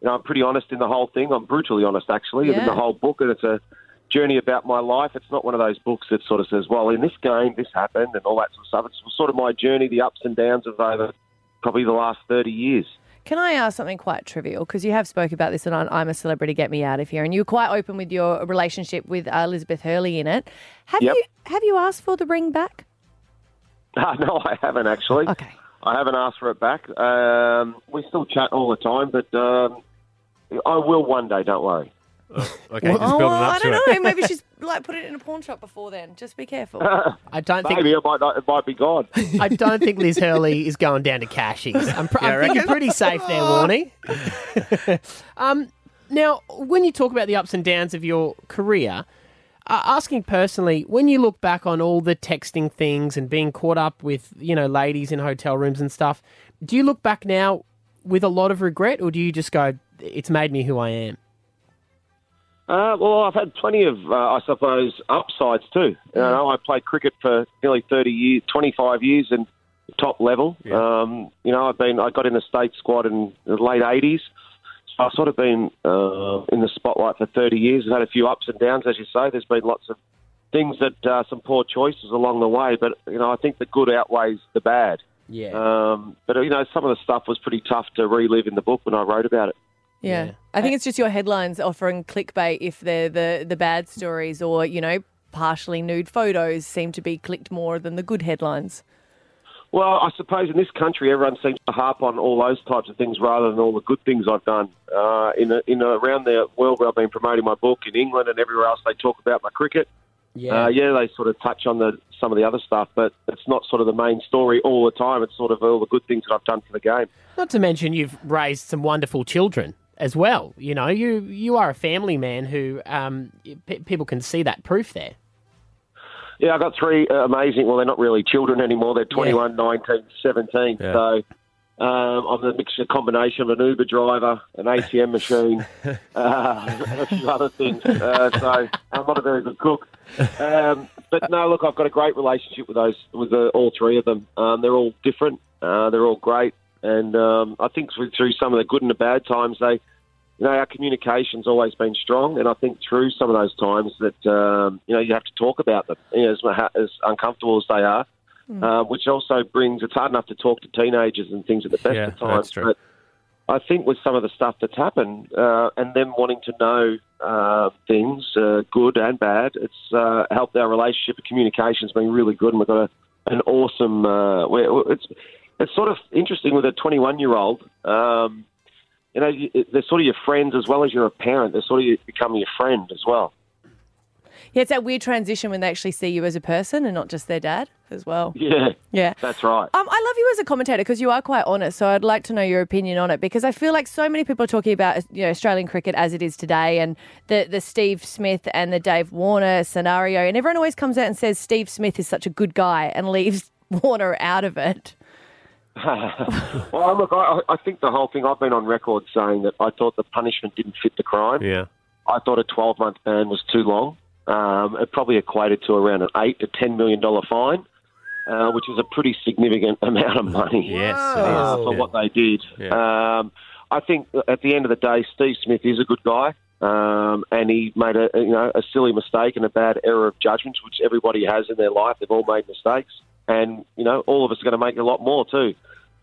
[SPEAKER 19] you know, I'm pretty honest in the whole thing. I'm brutally honest, actually, in
[SPEAKER 20] Yeah.
[SPEAKER 19] the whole book. And it's a journey about my life. It's not one of those books that sort of says, well, in this game, this happened and all that sort of stuff. It's sort of my journey, the ups and downs of over probably the last 30 years.
[SPEAKER 5] Can I ask something quite trivial? Because you have spoke about this, and I'm a celebrity. Get me out of here. And you were quite open with your relationship with uh, Elizabeth Hurley in it. Have
[SPEAKER 19] Yep.
[SPEAKER 5] you have you asked for the ring back?
[SPEAKER 19] Uh, no, I haven't actually. Okay. I haven't asked for it back. Um, we still chat all the time, but um, I will one day. Don't worry.
[SPEAKER 4] Okay,
[SPEAKER 5] oh, well, I don't know. Maybe she's like put it in a pawn shop before then. Just be careful.
[SPEAKER 3] I don't think-
[SPEAKER 19] Maybe it might not, it might be gone.
[SPEAKER 3] I don't think Liz Hurley is going down to cashies. I'm, pr-
[SPEAKER 19] Yeah, I
[SPEAKER 3] I'm thinking
[SPEAKER 19] reckon.
[SPEAKER 3] pretty safe there, Warnie. um, now, when you talk about the ups and downs of your career, uh, asking personally, when you look back on all the texting things and being caught up with you know ladies in hotel rooms and stuff, do you look back now with a lot of regret, or do you just go, "It's made me who I am"?
[SPEAKER 19] Uh, well, I've had plenty of, uh, I suppose, upsides too. You
[SPEAKER 3] Mm.
[SPEAKER 19] know, I played cricket for nearly thirty years, twenty-five years, and top level. Um, you know, I've been, I got in the state squad in the late eighties. So I've sort of been uh, in the spotlight for thirty years. I've had a few ups and downs, as you say. There's been lots of things that uh, some poor choices along the way, but you know, I think the good outweighs the bad.
[SPEAKER 3] Yeah.
[SPEAKER 19] Um, but you know, some of the stuff was pretty tough to relive in the book when I wrote about it.
[SPEAKER 5] Yeah. I think it's just your headlines offering clickbait if they're the, the bad stories or, you know, partially nude photos seem to be clicked more than the good headlines.
[SPEAKER 19] Well, I suppose in this country, everyone seems to harp on all those types of things rather than all the good things I've done. Uh, in a, in a, around the world where I've been promoting my book in England and everywhere else, they talk about my cricket.
[SPEAKER 21] Yeah.
[SPEAKER 19] uh, yeah, they sort of touch on the some of the other stuff, but it's not sort of the main story all the time. It's sort of all the good things that I've done for the game.
[SPEAKER 3] Not to mention you've raised some wonderful children as well. You know, you you are a family man who um, pe people can see that proof there.
[SPEAKER 19] Yeah, I've got three uh, amazing. Well, they're not really children anymore. They're 21, 19, 17. So um, I'm a mixture combination of an Uber driver, an ATM machine, uh, and a few other things. Uh, so I'm not a very good cook. Um, but no, look, I've got a great relationship with those, with uh, all three of them. Um, they're all different. Uh, they're all great, and um, I think through, through some of the good and the bad times, they you know, our communication's always been strong, and I think through some of those times that um, you know you have to talk about them, you know, as, ma- as uncomfortable as they are,
[SPEAKER 5] Hmm.
[SPEAKER 22] Mm.
[SPEAKER 19] uh, which also brings it's hard enough to talk to teenagers and things at the best
[SPEAKER 22] Yeah,
[SPEAKER 19] of times.
[SPEAKER 22] that's true.
[SPEAKER 19] But I think with some of the stuff that's happened, uh, and them wanting to know uh, things, uh, good and bad, it's uh, helped our relationship. Communication's been really good, and we've got a, an awesome. Uh, we're, it's it's sort of interesting with a 21 year old. Um, you know, you- they're sort of your friends as well as you're a parent. They're sort of becoming your friend as well.
[SPEAKER 5] Yeah, it's that weird transition when they actually see you as a person and not just their dad as
[SPEAKER 22] Oh.
[SPEAKER 5] well.
[SPEAKER 19] Yeah.
[SPEAKER 5] Yeah.
[SPEAKER 19] That's right.
[SPEAKER 5] Um, I love you as a commentator because you are quite honest. So I'd like to know your opinion on it because I feel like so many people are talking about you know Australian cricket as it is today and the the Steve Smith and the Dave Warner scenario, and everyone always comes out and says Steve Smith is such a good guy and leaves Warner out of it.
[SPEAKER 19] well, look, I, I think the whole thing, I've been on record saying that I thought the punishment didn't fit the crime.
[SPEAKER 4] Yeah.
[SPEAKER 19] I thought a 12 month ban was too long. Um, it probably equated to around an 8 to $10 million fine, uh, which is a pretty significant amount of money.
[SPEAKER 4] Yes, it is.
[SPEAKER 19] uh, For
[SPEAKER 4] Yeah.
[SPEAKER 19] what they did. Um, I think at the end of the day, Steve Smith is a good guy. Um, and he made a you know a silly mistake and a bad error of judgment, which everybody has in their life. They've all made mistakes, and you know all of us are going to make a lot more too.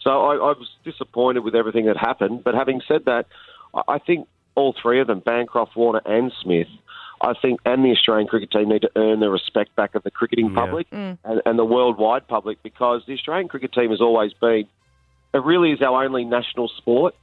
[SPEAKER 19] So I, I was disappointed with everything that happened. But having said that, I, I think all three of them, Bancroft, Warner, and Smith, I think, and the Australian cricket team need to earn the respect back of the cricketing public
[SPEAKER 13] Mm.
[SPEAKER 19] and, and the worldwide public because the Australian cricket team has always been, it really is our only national sport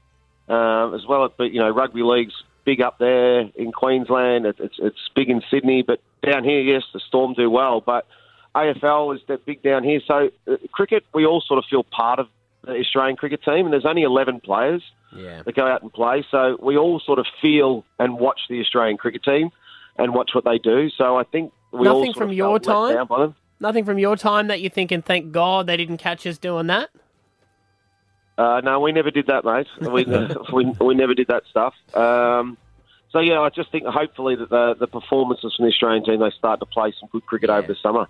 [SPEAKER 19] um, as well. But you know, rugby league's big up there in Queensland. It, it's it's big in Sydney, but down here, yes, the Storm do well, but AFL is that big down here. So uh, cricket, we all sort of feel part of the Australian cricket team, and there's only 11 players
[SPEAKER 13] Yeah.
[SPEAKER 19] that go out and play. So we all sort of feel and watch the Australian cricket team and watch what they do. So I think we all
[SPEAKER 3] Nothing
[SPEAKER 19] sort
[SPEAKER 3] from
[SPEAKER 19] of
[SPEAKER 3] your
[SPEAKER 19] felt let
[SPEAKER 3] time?
[SPEAKER 19] down by them.
[SPEAKER 3] Nothing from your time that you're thinking, thank God they didn't catch us doing that?
[SPEAKER 19] Uh, no, we never did that, mate. We, we, we never did that stuff. Um, so, yeah, I just think hopefully that the, the performances from the Australian team, they start to play some good cricket over the summer.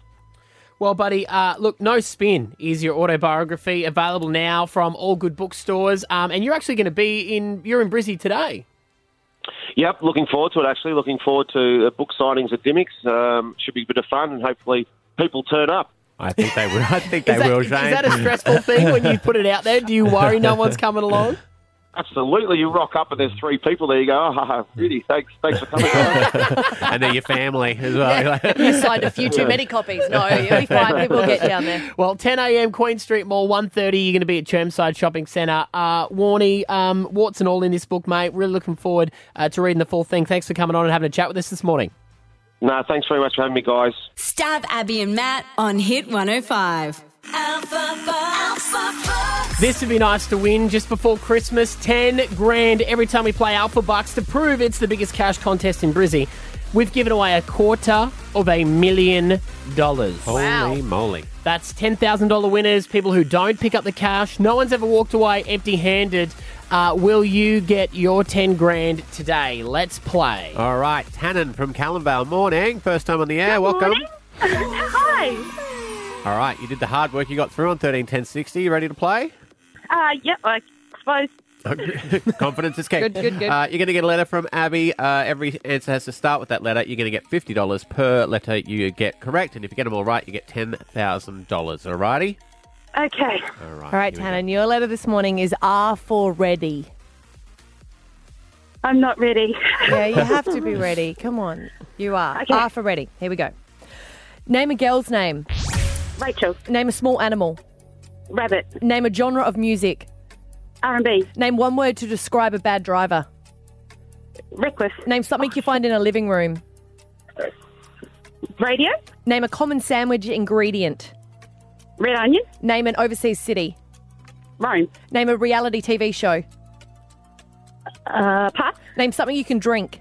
[SPEAKER 3] Well, buddy, uh, look, No Spin is your autobiography available now from all good bookstores. Um, and you're actually going to be in, you're in Brizzy today.
[SPEAKER 19] Yep, looking forward to it, actually. Looking forward to uh, book signings at Dimmicks. Um, should be a bit of fun, and hopefully people turn up.
[SPEAKER 4] I think they will. I think they
[SPEAKER 3] Is that-
[SPEAKER 4] will,
[SPEAKER 3] is
[SPEAKER 4] Shane.
[SPEAKER 3] that a stressful thing when you put it out there? Do you worry no one's coming along?
[SPEAKER 19] Absolutely. You rock up and there's three people there. You go, oh, really? Thanks, thanks for coming.
[SPEAKER 4] and they're your family as well.
[SPEAKER 5] You signed a few too many copies. No, only five people get down there.
[SPEAKER 3] Well, 10 a.m. Queen Street Mall, 1.30, you're going to be at Chermside Shopping Centre. Uh, Warnie, um, warts and all in this book, mate. Really looking forward uh, to reading the full thing. Thanks for coming on and having a chat with us this morning.
[SPEAKER 19] no, thanks very much for having me, guys.
[SPEAKER 7] Stab Abby and Matt on Hit 105.
[SPEAKER 3] This would be nice to win just before Christmas. 10 grand every time we play Alpha Bucks to prove it's the biggest cash contest in Brizzy. We've given away a quarter of a million dollars.
[SPEAKER 4] Holy moly.
[SPEAKER 3] That's $10,000 winners, people who don't pick up the cash. No one's ever walked away empty handed. Uh, will you get your 10 grand today? Let's play.
[SPEAKER 4] All right, Tannen from Callanvale. Morning. First time on the air. Welcome.
[SPEAKER 20] Hi.
[SPEAKER 4] All right, you did the hard work you got through on 131060. You ready to play?
[SPEAKER 20] Uh, yep, I suppose.
[SPEAKER 4] Confidence is king.
[SPEAKER 20] Good, good, good.
[SPEAKER 4] Uh, you're going to get a letter from Abby. Uh, every answer has to start with that letter. You're going to get $50 per letter you get correct. And if you get them all right, you get $10,000. All righty?
[SPEAKER 5] Okay.
[SPEAKER 4] All right.
[SPEAKER 5] All right,
[SPEAKER 4] here we go.
[SPEAKER 5] Tannen, your letter this morning is R for ready.
[SPEAKER 20] I'm not ready.
[SPEAKER 5] Yeah, you have to be ready. Come on. You are.
[SPEAKER 20] Okay.
[SPEAKER 5] R for ready. Here we go. Name a girl's name. Rachel. Name a small animal. Rabbit. Name a genre of music. R&B. Name one word to describe a bad driver. Reckless. Name something you find in a living room. Radio. Name a common sandwich ingredient. Red onion. Name an overseas city. Rome. Name a reality TV show. Uh, pass. Name something you can drink.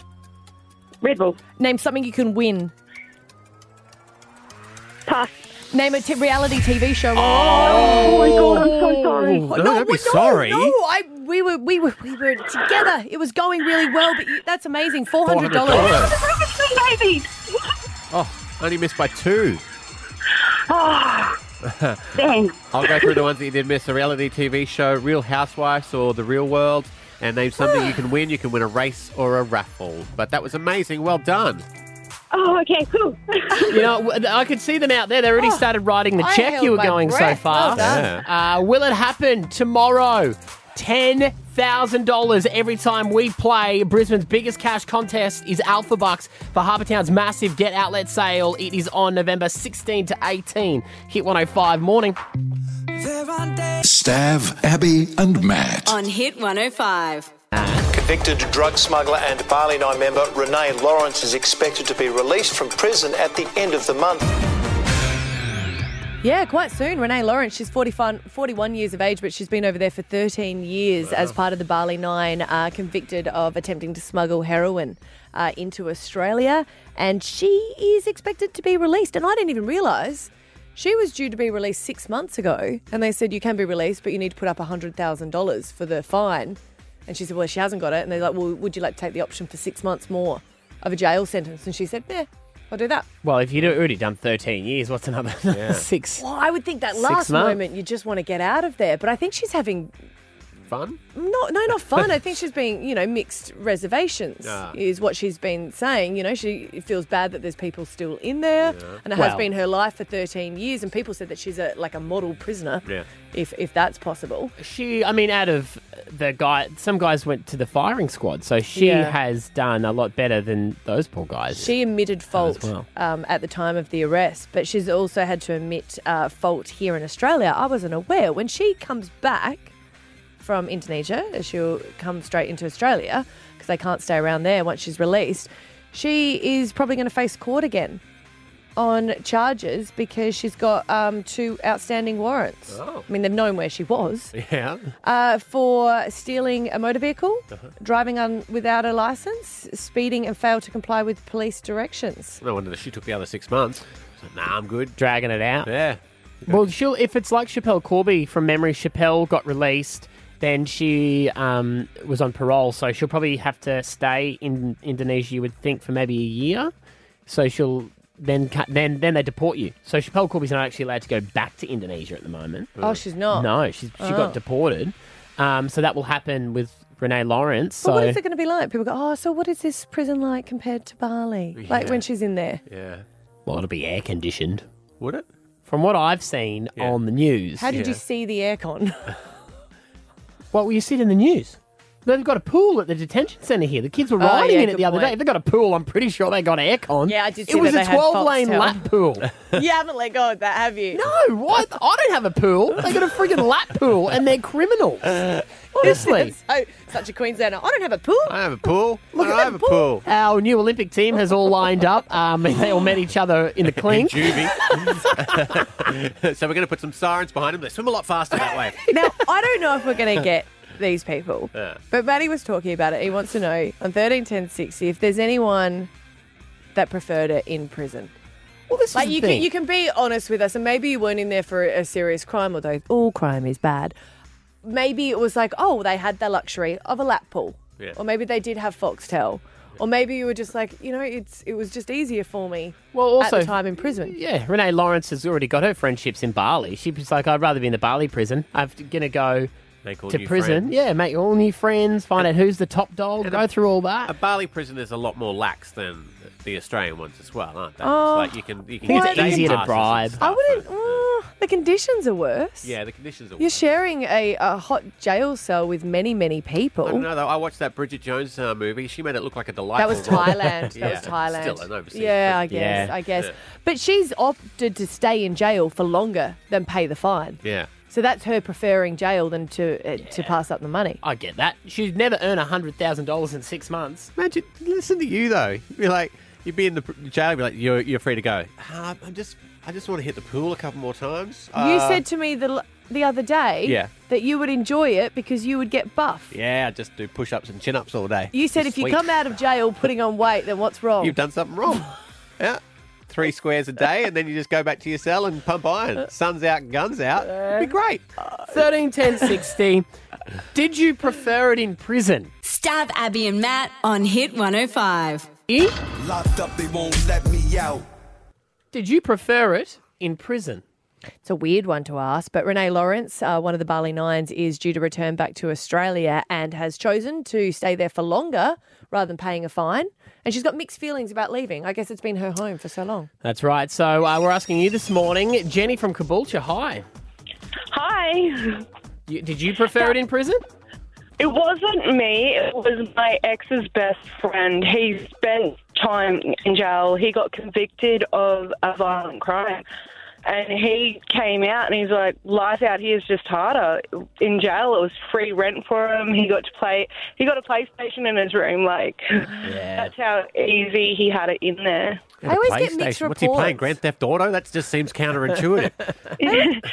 [SPEAKER 5] Red Bull. Name something you can win. Pass. Name a t- reality TV show. Oh,
[SPEAKER 20] my God, I'm so sorry.
[SPEAKER 4] No, don't be
[SPEAKER 5] no,
[SPEAKER 4] sorry.
[SPEAKER 5] No, I, we were we were we were together. It was going really well, but you, that's amazing. Four hundred dollars.
[SPEAKER 4] $400.
[SPEAKER 20] Baby!
[SPEAKER 4] Oh, only missed by two.
[SPEAKER 20] Oh, dang.
[SPEAKER 4] I'll go through the ones that you did miss. The reality TV show, Real Housewives or The Real World. And name something you can win. You can win a race or a raffle. But that was amazing. Well done.
[SPEAKER 20] Oh, okay, cool. Oh,
[SPEAKER 3] You know, w- I could see them out there. They already started writing the
[SPEAKER 20] I
[SPEAKER 3] check.
[SPEAKER 20] held
[SPEAKER 3] You were
[SPEAKER 20] my
[SPEAKER 3] going so
[SPEAKER 20] breath. Well
[SPEAKER 3] fast.
[SPEAKER 4] done.
[SPEAKER 3] Uh, will it happen tomorrow? Ten thousand dollars every time we play Brisbane's biggest cash contest is Alpha Bucks for Harbour Town's massive get outlet sale. It is on November 16 to 18. Hit 105 morning.
[SPEAKER 1] Stav, Abby, and Matt.
[SPEAKER 7] On Hit 105.
[SPEAKER 21] Convicted drug smuggler and Barley 9 member Renee Lawrence is expected to be released from prison at the end of the month.
[SPEAKER 5] Yeah, quite soon. Renee Lawrence, she's 41, 41 years of age, but she's been over there for 13 years as part of the Bali Nine, uh, convicted of attempting to smuggle heroin uh, into Australia. And she is expected to be released. And I didn't even realise she was due to be released six months ago. And they said, You can be released, but you need to put up $100,000 for the fine. And she said, Well, she hasn't got it. And they're like, Well, would you like to take the option for six months more of a jail sentence? And she said, Yeah, I'll do that.
[SPEAKER 3] Well, if you'd already done 13 years, what's another six?
[SPEAKER 5] Well, I would think that
[SPEAKER 3] Six
[SPEAKER 5] last
[SPEAKER 3] months.
[SPEAKER 5] moment you just want to get out of there, but I think she's having
[SPEAKER 4] Fun?
[SPEAKER 5] not no not fun. I think she's being you know mixed reservations
[SPEAKER 4] Ah.
[SPEAKER 5] is what she's been saying. You know she feels bad that there's people still in there, and it has
[SPEAKER 3] Well-
[SPEAKER 5] been her life for 13 years. And people said that she's a like a model prisoner,
[SPEAKER 3] Yeah.
[SPEAKER 5] if if that's possible.
[SPEAKER 3] She, I mean, out of the guy, some guys went to the firing squad, so she
[SPEAKER 5] Yeah.
[SPEAKER 3] has done a lot better than those poor guys.
[SPEAKER 5] She admitted fault
[SPEAKER 3] well.
[SPEAKER 5] um, at the time of the arrest, but she's also had to admit uh, fault here in Australia. I wasn't aware. When she comes back from Indonesia, she'll come straight into Australia because they can't stay around there once she's released. She is probably going to face court again on charges because she's got um, two outstanding warrants.
[SPEAKER 4] Oh.
[SPEAKER 5] I mean, they've known where she was
[SPEAKER 4] Yeah.
[SPEAKER 5] uh, for stealing a motor vehicle,
[SPEAKER 4] Uh-huh.
[SPEAKER 5] driving on without a license, speeding, and failed to comply with police directions.
[SPEAKER 4] No wonder that she took the other six months. So, nah, I'm good.
[SPEAKER 3] Dragging it out.
[SPEAKER 4] Yeah.
[SPEAKER 3] Well, she'll if it's like Chappelle Corby from memory, Chappelle got released, then she um, was on parole, so she'll probably have to stay in Indonesia. You would think for maybe a year, so she'll then cut, then then they deport you. So Chappelle Corby's not actually allowed to go back to Indonesia at the moment.
[SPEAKER 5] Oh, she's not?
[SPEAKER 3] No, she's, she
[SPEAKER 5] Oh.
[SPEAKER 3] got deported. Um, so that will happen with Renee Lawrence.
[SPEAKER 5] But
[SPEAKER 3] so
[SPEAKER 5] what is it going to be like? People go, oh, so what is this prison like compared to Bali? Like
[SPEAKER 3] Yeah.
[SPEAKER 5] when she's in there.
[SPEAKER 4] Yeah.
[SPEAKER 3] Well, it'll be air conditioned.
[SPEAKER 4] Would it?
[SPEAKER 3] From what I've seen on the news.
[SPEAKER 5] How did you see the aircon?
[SPEAKER 3] Well, you see it in the news. They've got a pool at the detention centre here. The kids were
[SPEAKER 5] Oh,
[SPEAKER 3] riding
[SPEAKER 5] yeah,
[SPEAKER 3] in it
[SPEAKER 5] good
[SPEAKER 3] the other
[SPEAKER 5] point.
[SPEAKER 3] day. If they got a pool, I'm pretty sure they got aircon. Yeah, I
[SPEAKER 5] did see
[SPEAKER 3] It was
[SPEAKER 5] that
[SPEAKER 3] a
[SPEAKER 5] they had
[SPEAKER 3] 12 lane
[SPEAKER 5] Foxtel.
[SPEAKER 3] lap pool.
[SPEAKER 5] you haven't let go of that, have you?
[SPEAKER 3] No, what? I don't have a pool. They got a freaking lap pool, and they're criminals. Honestly.
[SPEAKER 5] so, such a Queenslander. I don't have a pool.
[SPEAKER 4] I have a pool.
[SPEAKER 3] Look at I have a pool. Our new Olympic team has all lined up. Um, they all met each other in the clink.
[SPEAKER 4] Juvie. so we're going to put some sirens behind them. They swim a lot faster that way.
[SPEAKER 5] now, I don't know if we're going to get these people, but Maddie was talking about it. He wants to know on 13, 10, 60 if there's anyone that preferred it in prison.
[SPEAKER 3] Well, this is
[SPEAKER 5] like
[SPEAKER 3] the
[SPEAKER 5] you
[SPEAKER 3] thing.
[SPEAKER 5] can you can be honest with us, and maybe you weren't in there for a serious crime, although all crime is bad. Maybe it was like, oh, they had the luxury of a lap pool,
[SPEAKER 3] Yeah.
[SPEAKER 5] or maybe they did have foxtel, or maybe you were just like, you know, it's it was just easier for me.
[SPEAKER 3] Well,
[SPEAKER 5] at
[SPEAKER 3] also-
[SPEAKER 5] the time in prison,
[SPEAKER 3] Yeah, Renee Lawrence has already got her friendships in Bali. She was like, I'd rather be in the Bali prison. I'm going to go
[SPEAKER 4] all
[SPEAKER 3] to
[SPEAKER 4] new
[SPEAKER 3] prison.
[SPEAKER 4] friends.
[SPEAKER 3] Yeah, make all new friends, find out who's the top dog, go through all that.
[SPEAKER 4] A Bali prison is a lot more lax than the Australian ones as well, aren't they?
[SPEAKER 5] Oh.
[SPEAKER 4] it's like you can, you can
[SPEAKER 5] Well,
[SPEAKER 4] get
[SPEAKER 5] I
[SPEAKER 4] day
[SPEAKER 5] think- Easier to
[SPEAKER 4] passes and
[SPEAKER 3] bribe.
[SPEAKER 4] stuff.
[SPEAKER 5] I wouldn't. oh, the conditions are worse.
[SPEAKER 4] Yeah, the conditions are.
[SPEAKER 5] You're sharing a, a hot jail cell with many, many people.
[SPEAKER 4] I don't know though. I watched that Bridget Jones uh, movie. She made it look like a delightful.
[SPEAKER 5] That was
[SPEAKER 4] romp.
[SPEAKER 5] Thailand.
[SPEAKER 4] yeah,
[SPEAKER 5] That was Thailand.
[SPEAKER 4] Still an overseas.
[SPEAKER 5] Yeah, I
[SPEAKER 4] prison.
[SPEAKER 5] guess. I guess.
[SPEAKER 4] Yeah.
[SPEAKER 5] But she's opted to stay in jail for longer than pay the fine.
[SPEAKER 4] Yeah.
[SPEAKER 5] So that's her preferring jail than to uh, to pass up the money.
[SPEAKER 3] I get that. She'd never earn $100,000 in six months.
[SPEAKER 4] Imagine, listen to you though. You'd be like, you'd be in the pr- jail. You'd be like, you're, you're free to go. Um, I'm just, I just want to hit the pool a couple more times.
[SPEAKER 5] you
[SPEAKER 4] Uh,
[SPEAKER 5] said to me the l- the other day
[SPEAKER 4] Yeah.
[SPEAKER 5] that you would enjoy it because you would get buff.
[SPEAKER 4] Yeah, I just do push-ups and chin-ups all day.
[SPEAKER 5] You said
[SPEAKER 4] Just
[SPEAKER 5] if you
[SPEAKER 4] sweet.
[SPEAKER 5] come out of jail putting on weight, then what's wrong?
[SPEAKER 4] You've done something wrong. yeah. Three squares a day, and then you just go back to your cell and pump
[SPEAKER 5] Uh,
[SPEAKER 4] iron. Sun's out, guns out. It'd be great.
[SPEAKER 3] 13, 10, 60. Did you prefer it in prison?
[SPEAKER 7] Stab Abby and Matt on Hit 105.
[SPEAKER 3] E?
[SPEAKER 22] Locked up, they won't let me out.
[SPEAKER 3] Did you prefer it in prison?
[SPEAKER 5] It's a weird one to ask, but Renee Lawrence, uh, one of the Bali Nines, is due to return back to Australia and has chosen to stay there for longer rather than paying a fine. And she's got mixed feelings about leaving. I guess it's been her home for so long.
[SPEAKER 3] That's right. So uh, we're asking you this morning, Jenny from Caboolture. Hi.
[SPEAKER 10] Hi.
[SPEAKER 3] You, did you prefer it in prison?
[SPEAKER 10] It wasn't me, it was my ex's best friend. He spent time in jail. He got convicted of a violent crime. and he came out and he's like, life out here is just harder. In jail, it was free rent for him. He got to play. He got a PlayStation in his room. Like that's how easy he had it in there.
[SPEAKER 4] I always get mixed What's he playing? Grand Theft Auto? That just seems counterintuitive.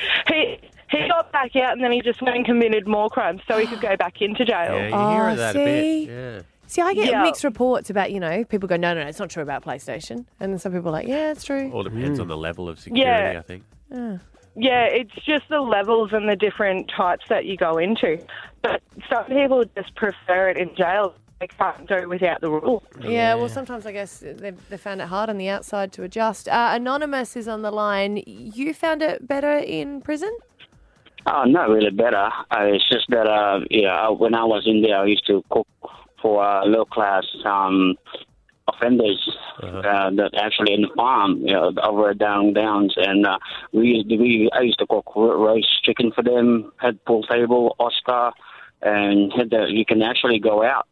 [SPEAKER 10] he he got back out and then he just went and committed more crimes so he could go back into jail.
[SPEAKER 4] Yeah, you
[SPEAKER 5] Oh,
[SPEAKER 4] hear that
[SPEAKER 5] see?
[SPEAKER 4] a bit.
[SPEAKER 5] See, I get
[SPEAKER 10] Yeah.
[SPEAKER 5] mixed reports about, you know, people go, no, no, no, it's not true about PlayStation. And then some people are like, yeah, it's
[SPEAKER 4] Yeah.
[SPEAKER 5] true.
[SPEAKER 4] All depends on the level of security,
[SPEAKER 10] Yeah.
[SPEAKER 4] I think.
[SPEAKER 5] Yeah.
[SPEAKER 10] Yeah, it's just the levels and the different types that you go into. But some people just prefer it in jail. They can't do it without the rules.
[SPEAKER 5] Yeah, well, sometimes I guess they, they found it hard on the outside to adjust. Uh, Anonymous is on the line. You found it better in prison?
[SPEAKER 6] Uh, not really better. Uh, it's just that, uh, yeah, uh, when I was in there, I used to cook for uh, low class um, offenders uh that actually in the farm, you know, over at down downs, and uh, we used we I used to cook r- roast chicken for them, had pool table, Oscar, and had the, you can actually go out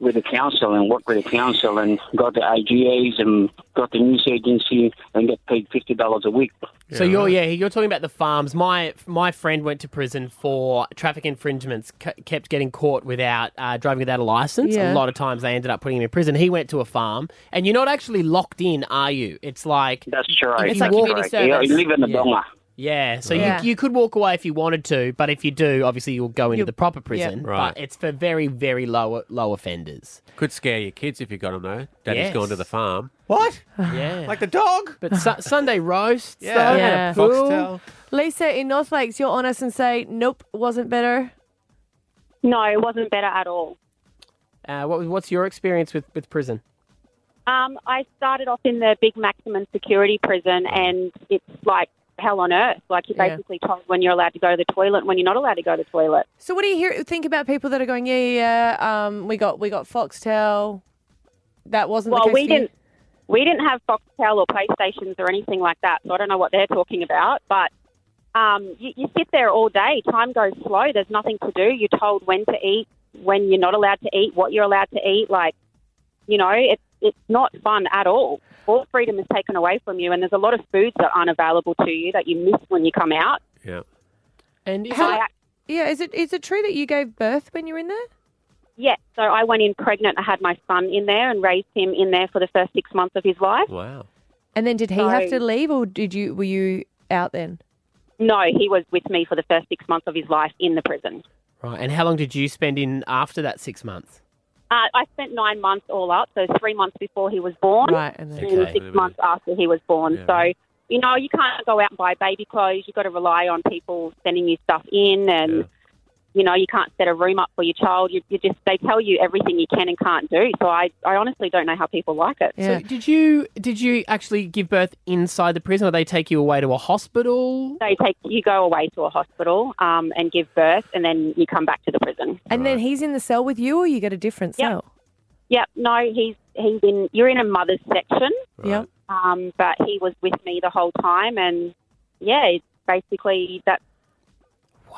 [SPEAKER 6] with the council and work with the council and go to IGAs and go to news agency and get paid fifty dollars a week.
[SPEAKER 3] so you're yeah you're talking about the farms. My my friend went to prison for traffic infringements, c- kept getting caught without uh, driving without a license.
[SPEAKER 5] Yeah.
[SPEAKER 3] A lot of times they ended up putting him in prison. He went to a farm, and you're not actually locked in, are you? It's like
[SPEAKER 6] that's
[SPEAKER 3] If
[SPEAKER 6] right.
[SPEAKER 3] you walk-
[SPEAKER 6] Yeah, you live in the
[SPEAKER 3] Yeah.
[SPEAKER 6] donga.
[SPEAKER 3] Yeah, so
[SPEAKER 6] Yeah.
[SPEAKER 3] You, you could walk away if you wanted to, but if you do, obviously you'll go into
[SPEAKER 4] You'll-
[SPEAKER 3] the proper prison.
[SPEAKER 4] Yep. Right.
[SPEAKER 3] But it's for very, very low low offenders.
[SPEAKER 4] Could scare your kids if you got them though. Daddy's
[SPEAKER 3] Yes.
[SPEAKER 4] gone to the farm.
[SPEAKER 3] What? Yeah,
[SPEAKER 4] like the dog.
[SPEAKER 3] But su- Sunday roasts.
[SPEAKER 4] Yeah.
[SPEAKER 3] though, and a
[SPEAKER 4] Yeah.
[SPEAKER 3] pool.
[SPEAKER 4] Foxtel.
[SPEAKER 5] Lisa, in North Lakes, you're honest and say, nope, wasn't better.
[SPEAKER 20] No, it wasn't better at all.
[SPEAKER 3] Uh, what, was- what's your experience with, with prison?
[SPEAKER 20] Um, I started off in the big maximum security prison, and it's like hell on earth. Like you're
[SPEAKER 5] Yeah.
[SPEAKER 20] basically told when you're allowed to go to the toilet, and when you're not allowed to go to the toilet.
[SPEAKER 5] So what do you hear, think about people that are going, yeah, yeah, yeah, um, we got, we got Foxtel. That wasn't
[SPEAKER 20] Well,
[SPEAKER 5] the case
[SPEAKER 20] we
[SPEAKER 5] for you?
[SPEAKER 20] didn't. We didn't have Foxtel or PlayStations or anything like that, so I don't know what they're talking about. But um, you, you sit there all day. Time goes slow. There's nothing to do. You're told when to eat, when you're not allowed to eat, what you're allowed to eat. Like, you know, it's it's not fun at all. All freedom is taken away from you, and there's a lot of foods that aren't available to you that you miss when you come out.
[SPEAKER 4] Yeah.
[SPEAKER 5] And
[SPEAKER 20] is
[SPEAKER 5] How-
[SPEAKER 20] it-
[SPEAKER 5] yeah, is it is it true that you gave birth when you were in there?
[SPEAKER 20] Yeah, so I went in pregnant. I had my son in there and raised him in there for the first six months of his life.
[SPEAKER 4] Wow.
[SPEAKER 5] And then did he have
[SPEAKER 20] So-
[SPEAKER 5] to leave, or did you were you out then?
[SPEAKER 20] No, he was with me for the first six months of his life in the prison.
[SPEAKER 3] Right, and how long did you spend in after that six months?
[SPEAKER 20] Uh, I spent nine months all up, so three months before he was born,
[SPEAKER 3] Right, and then- Okay.
[SPEAKER 20] six months after he was born. so, you know, you can't go out and buy baby clothes. You've got to rely on people sending you stuff in, and you know, you can't set a room up for your child. You, you just they tell you everything you can and can't do. So, I, I honestly don't know how people like it.
[SPEAKER 3] So did you did you actually give birth inside the prison, or they take you away to a hospital?
[SPEAKER 20] They take you go away to a hospital um, and give birth, and then you come back to the prison.
[SPEAKER 5] And then he's in the cell with you, or you get a different cell?
[SPEAKER 20] Yep, no, he's he's in. You're in a mother's section,
[SPEAKER 5] Yeah.
[SPEAKER 20] um, but he was with me the whole time, and yeah, it's basically that.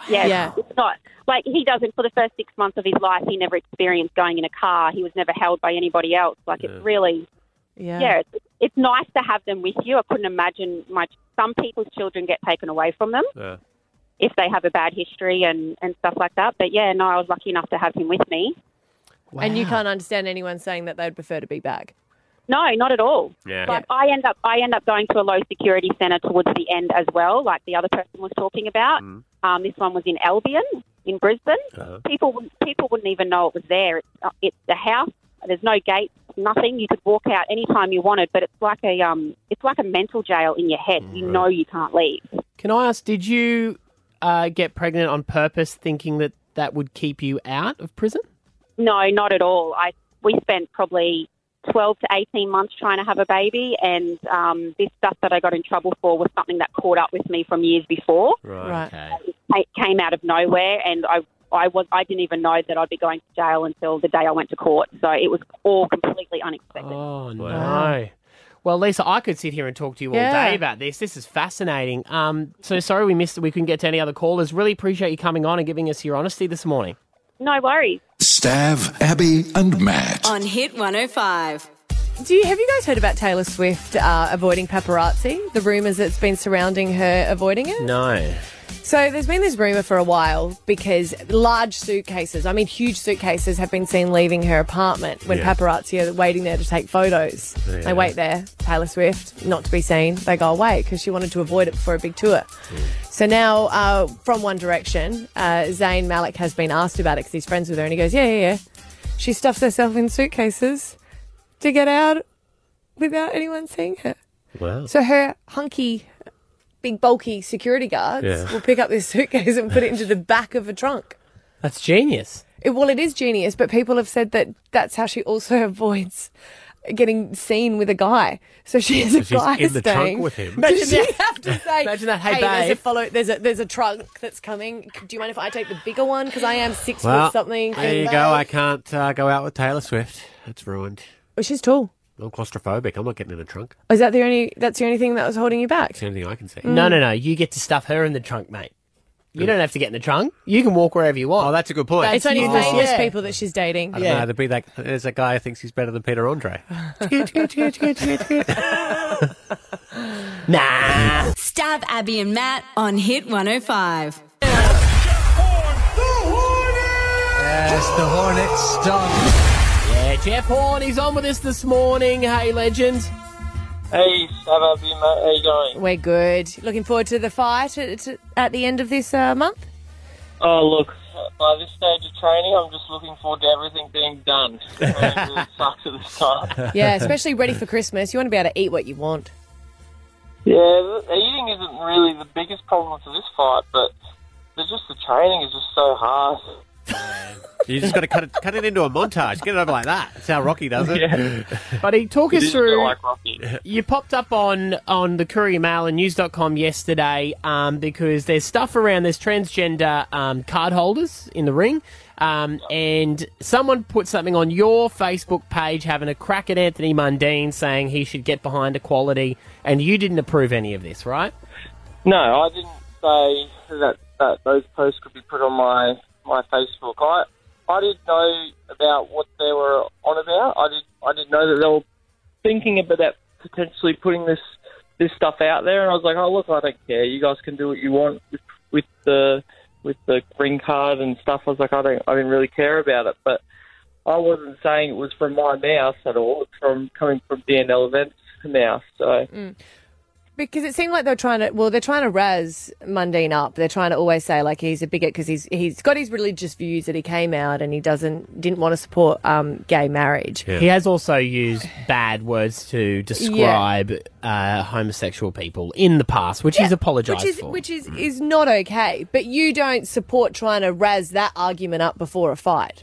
[SPEAKER 20] Yeah,
[SPEAKER 5] Yeah.
[SPEAKER 20] it's not like he doesn't for the first six months of his life. He never experienced going in a car. He was never held by anybody else. Like
[SPEAKER 5] Yeah.
[SPEAKER 20] it's really,
[SPEAKER 5] Yeah.
[SPEAKER 20] yeah, it's, it's nice to have them with you. I couldn't imagine my some people's children get taken away from them
[SPEAKER 4] Yeah.
[SPEAKER 20] if they have a bad history and and stuff like that. But yeah, no, I was lucky enough to have him with me.
[SPEAKER 5] And you can't understand anyone saying that they'd prefer to be back.
[SPEAKER 20] No, not at all.
[SPEAKER 5] Yeah.
[SPEAKER 20] Like I end up, I end up going to a low security centre towards the end as well, like the other person was talking about. Um, this one was in Albion, in Brisbane.
[SPEAKER 10] Uh-huh.
[SPEAKER 20] People, wouldn't- people wouldn't even know it was there. It's, uh, it's a house. There's no gates, nothing. You could walk out any time you wanted, but it's like a, um, it's like a mental jail in your head. You know you can't leave.
[SPEAKER 3] Can I ask, did you uh, get pregnant on purpose, thinking that that would keep you out of prison?
[SPEAKER 20] No, not at all. I we spent probably twelve to eighteen months trying to have a baby, and um, this stuff that I got in trouble for was something that caught up with me from years before.
[SPEAKER 4] Right.
[SPEAKER 20] It came out of nowhere, and I I was I didn't even know that I'd be going to jail until the day I went to court. So it was all completely unexpected.
[SPEAKER 3] Oh no. Well, Lisa, I could sit here and talk to you all
[SPEAKER 20] Yeah.
[SPEAKER 3] day about this. This is fascinating. Um, so sorry we missed. We couldn't get to any other callers. Really appreciate you coming on and giving us your honesty this morning.
[SPEAKER 20] No worries.
[SPEAKER 1] Stav, Abby, and Matt.
[SPEAKER 7] oh On Hit 105.
[SPEAKER 5] do you have you guys heard about Taylor Swift uh, avoiding paparazzi? The rumours that's been surrounding her avoiding it.
[SPEAKER 4] No.
[SPEAKER 5] So there's been this rumor for a while because large suitcases, I mean huge suitcases, have been seen leaving her apartment when
[SPEAKER 9] Yeah.
[SPEAKER 5] paparazzi are waiting there to take photos.
[SPEAKER 9] Yeah.
[SPEAKER 5] They wait there, Taylor Swift, not to be seen. They go away because she wanted to avoid it before a big tour.
[SPEAKER 9] Mm.
[SPEAKER 5] So now, uh, from One Direction, uh, Zayn Malik has been asked about it because he's friends with her, and he goes, "Yeah, yeah, yeah." She stuffs herself in suitcases to get out without anyone seeing her.
[SPEAKER 9] Mm.
[SPEAKER 4] Wow.
[SPEAKER 5] So her hunky, big bulky security guards
[SPEAKER 3] Yeah.
[SPEAKER 5] will pick up this suitcase and put it into the back of a trunk.
[SPEAKER 3] That's genius.
[SPEAKER 5] It, well, it is genius, but people have said that that's how she also avoids getting seen with a guy. So she has
[SPEAKER 9] So
[SPEAKER 5] a
[SPEAKER 9] she's
[SPEAKER 5] guy
[SPEAKER 9] in the trunk
[SPEAKER 5] staying.
[SPEAKER 9] with him.
[SPEAKER 5] Imagine
[SPEAKER 9] Imagine
[SPEAKER 5] she
[SPEAKER 9] that.
[SPEAKER 5] have to say,
[SPEAKER 3] Imagine that, "Hey,
[SPEAKER 5] there's a
[SPEAKER 3] babe."
[SPEAKER 5] follow, there's a there's a trunk that's coming. Do you mind if I take the bigger one because I am six foot something?
[SPEAKER 4] There
[SPEAKER 5] and,
[SPEAKER 4] you
[SPEAKER 5] uh,
[SPEAKER 4] go. I can't uh, go out with Taylor Swift. It's ruined.
[SPEAKER 5] Well, she's tall.
[SPEAKER 4] I'm claustrophobic. I'm not getting in a trunk.
[SPEAKER 5] Is that the only? That's the only thing that was holding you back.
[SPEAKER 4] It's the only thing I can see.
[SPEAKER 3] No, no, no. You get to stuff her in the trunk, mate. You don't have to get in the trunk. You can walk wherever you want. Oh,
[SPEAKER 4] that's a good point.
[SPEAKER 5] it's only
[SPEAKER 3] useless.
[SPEAKER 5] famous
[SPEAKER 3] Yeah.
[SPEAKER 5] people that she's dating.
[SPEAKER 4] I don't know. There'd be like, there's a guy who thinks he's better than Peter Andre. nah.
[SPEAKER 7] Stab Abby and Matt on Hit 105.
[SPEAKER 3] Yes, the Hornets done. Yeah, Jeff Horn, he's on with us this morning. Hey, legend.
[SPEAKER 23] Hey, Savab, mate. How you going?
[SPEAKER 5] We're good. Looking forward to the fight at, at- at the end of this uh, month.
[SPEAKER 23] Oh, look, by this stage of training, I'm just looking forward to everything being done. it really sucks at this time.
[SPEAKER 5] Yeah, especially ready for Christmas. You want to be able to eat what you want.
[SPEAKER 23] Yeah, the eating isn't really the biggest problem for this fight, but there's just the training is just so hard.
[SPEAKER 4] You just got to cut it, cut it into a montage. Get it over like that. That's how Rocky does it.
[SPEAKER 3] Buddy, talk us through.
[SPEAKER 23] Rocky.
[SPEAKER 3] You popped up on, on the Courier Mail and News.com yesterday um, because there's stuff around, there's transgender um, card holders in the ring. Um, and someone put something on your Facebook page having a crack at Anthony Mundine saying he should get behind equality. And you didn't approve any of this, right?
[SPEAKER 23] No, I didn't say that, that those posts could be put on my, my Facebook. I I didn't know about what they were on about. I did I didn't know that they were thinking about that potentially putting this this stuff out there, and I was like, oh look, I don't care. You guys can do what you want with, with the with the green card and stuff. I was like, I don't I didn't really care about it, but I wasn't saying it was from my mouth at all. It's from coming from DNL events mouth. So.
[SPEAKER 5] Because it seemed like they're trying to, well, they're trying to razz Mundine up. They're trying to always say like he's a bigot because he's he's got his religious views that he came out and he doesn't didn't want to support um, gay marriage.
[SPEAKER 3] He has also used bad words to describe uh, homosexual people in the past, which he's
[SPEAKER 5] Yeah,
[SPEAKER 3] apologised
[SPEAKER 5] which is,
[SPEAKER 3] for.
[SPEAKER 5] Which is, is not okay. But you don't support trying to razz that argument up before a fight.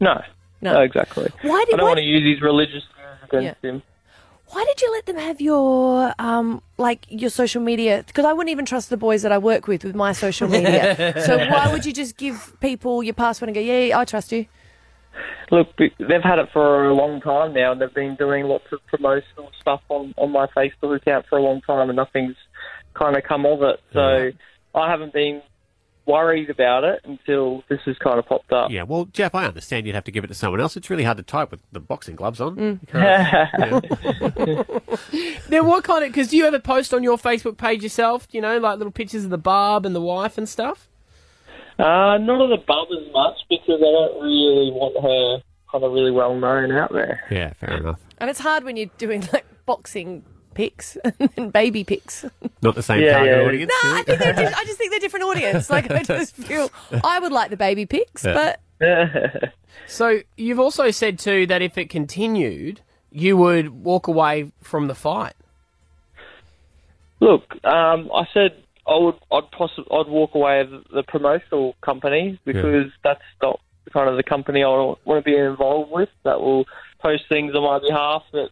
[SPEAKER 23] No.
[SPEAKER 5] No.
[SPEAKER 23] exactly.
[SPEAKER 5] Why did-
[SPEAKER 23] I don't
[SPEAKER 5] why
[SPEAKER 23] want to use his religious views against him.
[SPEAKER 5] why did you let them have your um like your social media because i wouldn't even trust the boys that i work with with my social media so why would you just give people your password and go yeah, yeah i trust you
[SPEAKER 23] Look, be- they've had it for a long time now, and they've been doing lots of promotional stuff on, on my Facebook account for a long time, and nothing's kind of come of it. So I haven't been worried about it until this has kind of popped up.
[SPEAKER 4] Yeah, well, Jeff, I understand you'd have to give it to someone else. It's really hard to type with the boxing gloves on.
[SPEAKER 3] Mm.
[SPEAKER 4] You can't-
[SPEAKER 3] Now, what kind of? Because do you ever post on your Facebook page yourself? You know, like little pictures of the barb and the wife and stuff.
[SPEAKER 23] Uh, not of the bub as much because I don't really want her kind of really well known out there.
[SPEAKER 4] Yeah, fair enough.
[SPEAKER 5] and it's hard when you're doing like boxing pics and baby pics
[SPEAKER 4] Not the same
[SPEAKER 23] Yeah,
[SPEAKER 4] target
[SPEAKER 23] yeah.
[SPEAKER 4] audience.
[SPEAKER 5] No,
[SPEAKER 4] is
[SPEAKER 5] I
[SPEAKER 4] it?
[SPEAKER 5] think they're just, I just think they're different audience. Like I just feel I would like the baby pics,
[SPEAKER 3] Yeah.
[SPEAKER 5] but
[SPEAKER 3] So you've also said too that if it continued, you would walk away from the fight.
[SPEAKER 23] Look, um, I said I would, I'd possi I'd walk away as the promotional company because that's not the kind of the company I want to be involved with. That will post things on my behalf that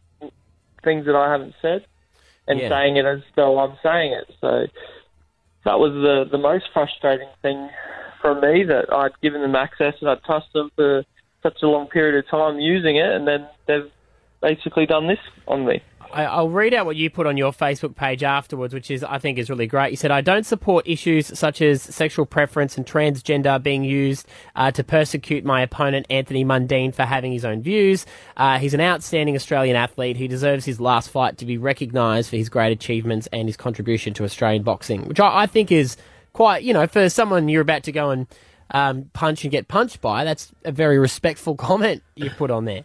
[SPEAKER 23] things that I haven't said and
[SPEAKER 24] Yeah.
[SPEAKER 23] saying it as though I'm saying it. So that was the the most frustrating thing for me that I'd given them access and I'd trusted them for such a long period of time using it, and then they've basically done this on me.
[SPEAKER 3] I, I'll read out what you put on your Facebook page afterwards, which is I think is really great. You said, "I don't support issues such as sexual preference and transgender being used uh, to persecute my opponent Anthony Mundine for having his own views. Uh, he's an outstanding Australian athlete who deserves his last fight to be recognised for his great achievements and his contribution to Australian boxing, which I, I think is quite you know for someone you're about to go and um, punch and get punched by. That's a very respectful comment you put on there."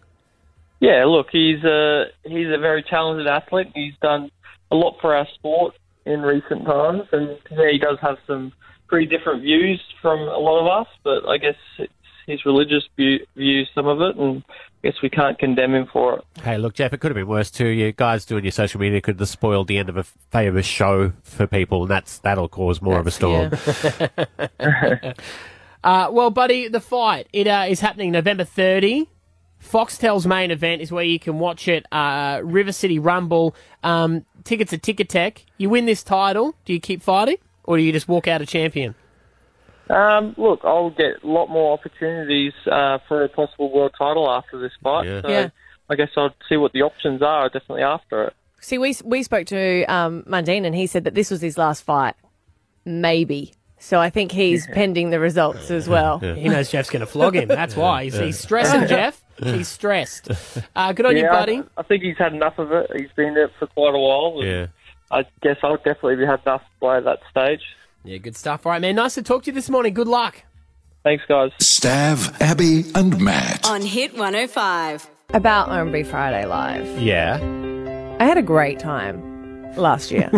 [SPEAKER 23] Yeah, look, he's a he's a very talented athlete. He's done a lot for our sport in recent times, and yeah, he does have some pretty different views from a lot of us. But I guess it's his religious view, views some of it, and I guess we can't condemn him for it.
[SPEAKER 4] Hey, look, Jeff, it could have been worse too. You guys doing your social media could have spoiled the end of a famous show for people, and that's that'll cause more of a storm.
[SPEAKER 3] Uh, well, buddy, the fight it uh, is happening November thirty. Foxtel's main event is where you can watch it. Uh, River City Rumble. Um, tickets at Ticketek. You win this title. Do you keep fighting, or do you just walk out a champion?
[SPEAKER 23] Um, look, I'll get a lot more opportunities uh, for a possible world title after this fight. So
[SPEAKER 5] Yeah.
[SPEAKER 23] I guess I'll see what the options are definitely after it.
[SPEAKER 5] See, we we spoke to um, Mundine, and he said that this was his last fight, maybe. So I think he's pending the results as well.
[SPEAKER 3] He knows Jeff's going to flog him. That's why he's,
[SPEAKER 5] Yeah.
[SPEAKER 3] he's stressing Jeff. He's stressed. Uh, good on you,
[SPEAKER 23] Yeah,
[SPEAKER 3] buddy.
[SPEAKER 23] I, I think he's had enough of it. He's been there for quite a while. and
[SPEAKER 3] Yeah.
[SPEAKER 23] I guess I'll definitely have enough by that stage.
[SPEAKER 3] Yeah, good stuff. All right, man. Nice to talk to you this morning. Good luck.
[SPEAKER 23] Thanks, guys.
[SPEAKER 1] Stav, Abby, and Matt.
[SPEAKER 7] On Hit 105.
[SPEAKER 5] About Ombre Friday Live,
[SPEAKER 4] Yeah.
[SPEAKER 5] I had a great time last year.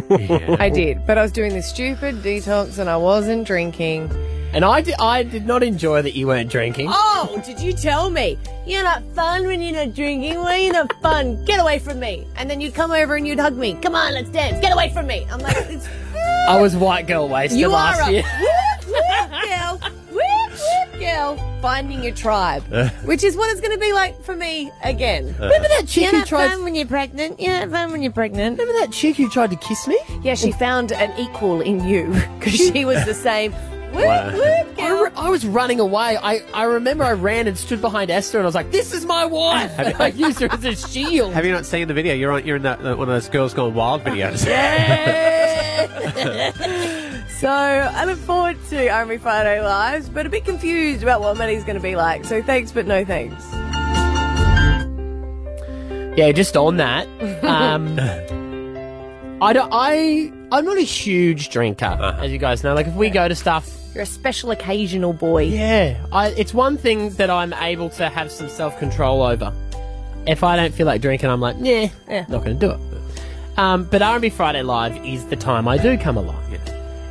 [SPEAKER 5] I did, but I was doing this stupid detox and I wasn't drinking.
[SPEAKER 3] And I did, I did not enjoy that you weren't drinking.
[SPEAKER 5] Oh, did you tell me? You're not fun when you're not drinking. Why are you not fun? Get away from me. And then you'd come over and you'd hug me. Come on, let's dance. Get away from me. I'm like, it's,
[SPEAKER 3] I was white girl wasted
[SPEAKER 5] you are
[SPEAKER 3] last
[SPEAKER 5] a
[SPEAKER 3] year.
[SPEAKER 5] whoop, whoop girl. Whoop, whoop girl. Finding your tribe. Which is what it's going to be like for me again.
[SPEAKER 3] Uh. Remember that chick
[SPEAKER 5] You're
[SPEAKER 3] who
[SPEAKER 5] not
[SPEAKER 3] tried-
[SPEAKER 5] fun when you're pregnant. You're not fun when you're pregnant.
[SPEAKER 3] Remember that chick who tried to kiss me?
[SPEAKER 5] Yeah, she found an equal in you because she was the same. Whoop,
[SPEAKER 3] Wow.
[SPEAKER 5] whoop
[SPEAKER 3] I, re- I was running away. I, I remember I ran and stood behind Esther and I was like, this is my wife. And I used her as a shield.
[SPEAKER 4] Have you not seen the video? You're on, you're in that, that one of those girls gone wild videos.
[SPEAKER 5] So I look forward to Army Friday Lives, but a bit confused about what money's going to be like. So thanks, but no thanks.
[SPEAKER 3] Yeah, just on that. Um, I don't, I I'm not a huge drinker,
[SPEAKER 5] Uh-huh.
[SPEAKER 3] as you guys know. Like if we go to stuff,
[SPEAKER 5] you're a special occasional boy.
[SPEAKER 3] Yeah, I, it's one thing that I'm able to have some self control over. If I don't feel like drinking, I'm like, yeah,
[SPEAKER 5] Yeah.
[SPEAKER 3] not going to do it. Um, but R&B Friday Live is the time I do come along,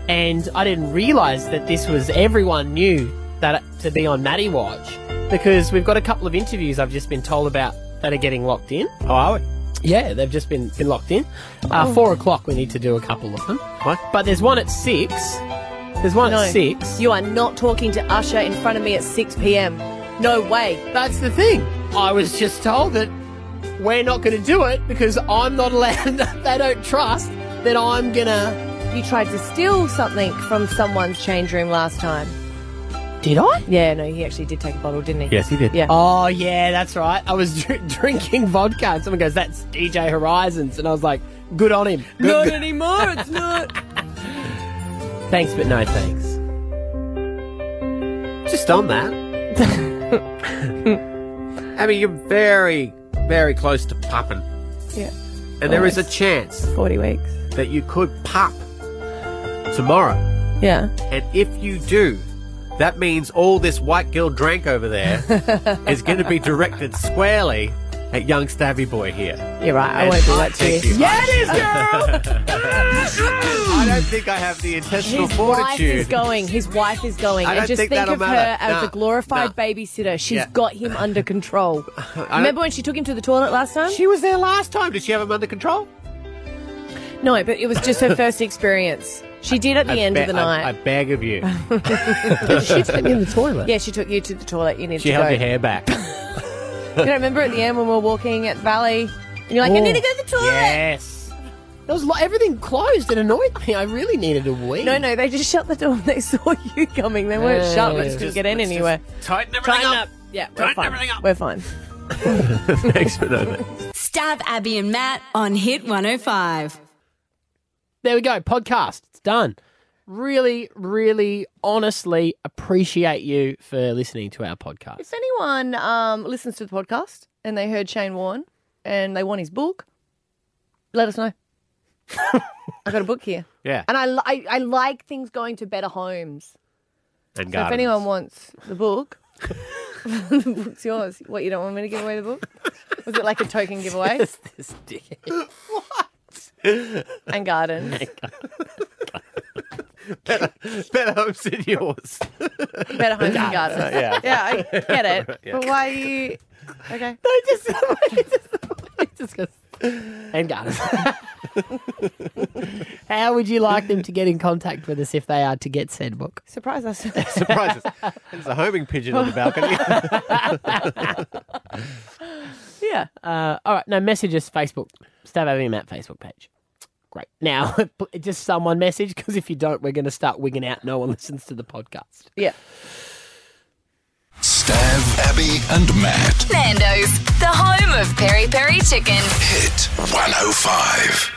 [SPEAKER 3] and I didn't realise that this was everyone knew that to be on Matty Watch because we've got a couple of interviews I've just been told about that are getting locked in.
[SPEAKER 4] Oh, are we?
[SPEAKER 3] Yeah, they've just been, been locked in. Uh,
[SPEAKER 5] Oh.
[SPEAKER 3] Four o'clock, we need to do a couple of them. What? But there's one at six. There's one
[SPEAKER 5] No.
[SPEAKER 3] at six.
[SPEAKER 5] You are not talking to Usher in front of me at 6 p.m. No way.
[SPEAKER 3] That's the thing. I was just told that we're not going to do it because I'm not allowed. they don't trust that I'm gonna.
[SPEAKER 5] You tried to steal something from someone's change room last time.
[SPEAKER 3] Did I?
[SPEAKER 5] Yeah, no, he actually did take a bottle, didn't he?
[SPEAKER 4] Yes, he did.
[SPEAKER 5] Yeah.
[SPEAKER 3] Oh, yeah, that's right. I was dr- drinking vodka, and someone goes, "That's DJ Horizons," and I was like, "Good on him." Good-
[SPEAKER 5] Not
[SPEAKER 3] good-
[SPEAKER 5] anymore. It's not.
[SPEAKER 3] Thanks, but no thanks. Just on that.
[SPEAKER 4] I mean, you're very, very close to popping.
[SPEAKER 5] Yeah.
[SPEAKER 4] And there is a chance
[SPEAKER 5] 40 weeks
[SPEAKER 4] that you could pop tomorrow.
[SPEAKER 5] Yeah.
[SPEAKER 4] And if you do, that means all this white girl drank over there is going to be directed squarely at young Stabby Boy here.
[SPEAKER 5] You're right. I
[SPEAKER 4] And-
[SPEAKER 5] won't do that to you.
[SPEAKER 4] Thank you.
[SPEAKER 5] Yeah, it is,
[SPEAKER 4] I don't think I have the intestinal
[SPEAKER 5] His wife
[SPEAKER 4] fortitude.
[SPEAKER 5] is going. His wife is going.
[SPEAKER 4] I
[SPEAKER 5] And
[SPEAKER 4] don't
[SPEAKER 5] just
[SPEAKER 4] think
[SPEAKER 5] think,
[SPEAKER 4] that'll
[SPEAKER 5] of her
[SPEAKER 4] matter.
[SPEAKER 5] as a
[SPEAKER 4] Nah,
[SPEAKER 5] glorified babysitter. She's
[SPEAKER 4] Yeah.
[SPEAKER 5] got him under control.
[SPEAKER 4] don't-
[SPEAKER 5] Remember when she took him to the toilet last time?
[SPEAKER 4] She was there last time. Did she have him under control?
[SPEAKER 5] No, but it was just her first experience. She did at the
[SPEAKER 4] I
[SPEAKER 5] end of
[SPEAKER 4] be-
[SPEAKER 5] the
[SPEAKER 4] I- I,
[SPEAKER 5] night.
[SPEAKER 4] beg of you.
[SPEAKER 3] she took me in the toilet.
[SPEAKER 5] yeah, she took you to the toilet. You need
[SPEAKER 4] She
[SPEAKER 5] to
[SPEAKER 4] held
[SPEAKER 5] go.
[SPEAKER 4] your hair back.
[SPEAKER 5] You know, remember at the end when we were walking at Valley, and you're like, I
[SPEAKER 3] Oh.
[SPEAKER 5] need to go to the toilet.
[SPEAKER 3] Yes. It was like everything closed. It annoyed me. I really needed a wee.
[SPEAKER 5] No, no, they just shut the door when they saw you coming. They weren't
[SPEAKER 3] Yeah.
[SPEAKER 5] shut, but
[SPEAKER 3] Let's
[SPEAKER 5] just couldn't
[SPEAKER 3] just-
[SPEAKER 5] get in
[SPEAKER 3] let's just
[SPEAKER 5] anywhere.
[SPEAKER 4] Tighten
[SPEAKER 5] everything up. Yeah, we're fine. We're fine.
[SPEAKER 4] Thanks for that.
[SPEAKER 7] Stab Abby and Matt on Hit 105.
[SPEAKER 3] There we go. Podcast. It's done. Really, really, honestly appreciate you for listening to our podcast.
[SPEAKER 5] If anyone um, listens to the podcast and they heard Shane Warne and they want his book, let us know. I got a book here.
[SPEAKER 4] Yeah.
[SPEAKER 5] And I, li- I, I like things going to better homes.
[SPEAKER 4] And
[SPEAKER 5] So if anyone wants the book, the book's yours. What, you don't want me to give away the book? Was it like a token giveaway?
[SPEAKER 3] this
[SPEAKER 5] and gardens.
[SPEAKER 4] better, better homes than yours.
[SPEAKER 5] Better homes and gardens.
[SPEAKER 4] Uh, yeah.
[SPEAKER 5] I get it.
[SPEAKER 4] Right, yeah.
[SPEAKER 5] But why are you okay?
[SPEAKER 3] No, just, just goes and got How would you like them to get in contact with us if they are to get said book?
[SPEAKER 5] Surprise us.
[SPEAKER 4] Surprise us. There's a homing pigeon on the balcony.
[SPEAKER 3] Yeah. Uh, all right. No, message us Facebook. Stab Abby and Matt Facebook page. Great. Now, just someone message because if you don't, we're going to start wigging out. No one listens to the podcast.
[SPEAKER 5] Yeah.
[SPEAKER 1] Stav, Abby, and Matt.
[SPEAKER 2] Nando's, the home of peri peri chicken.
[SPEAKER 1] oh Hit 105.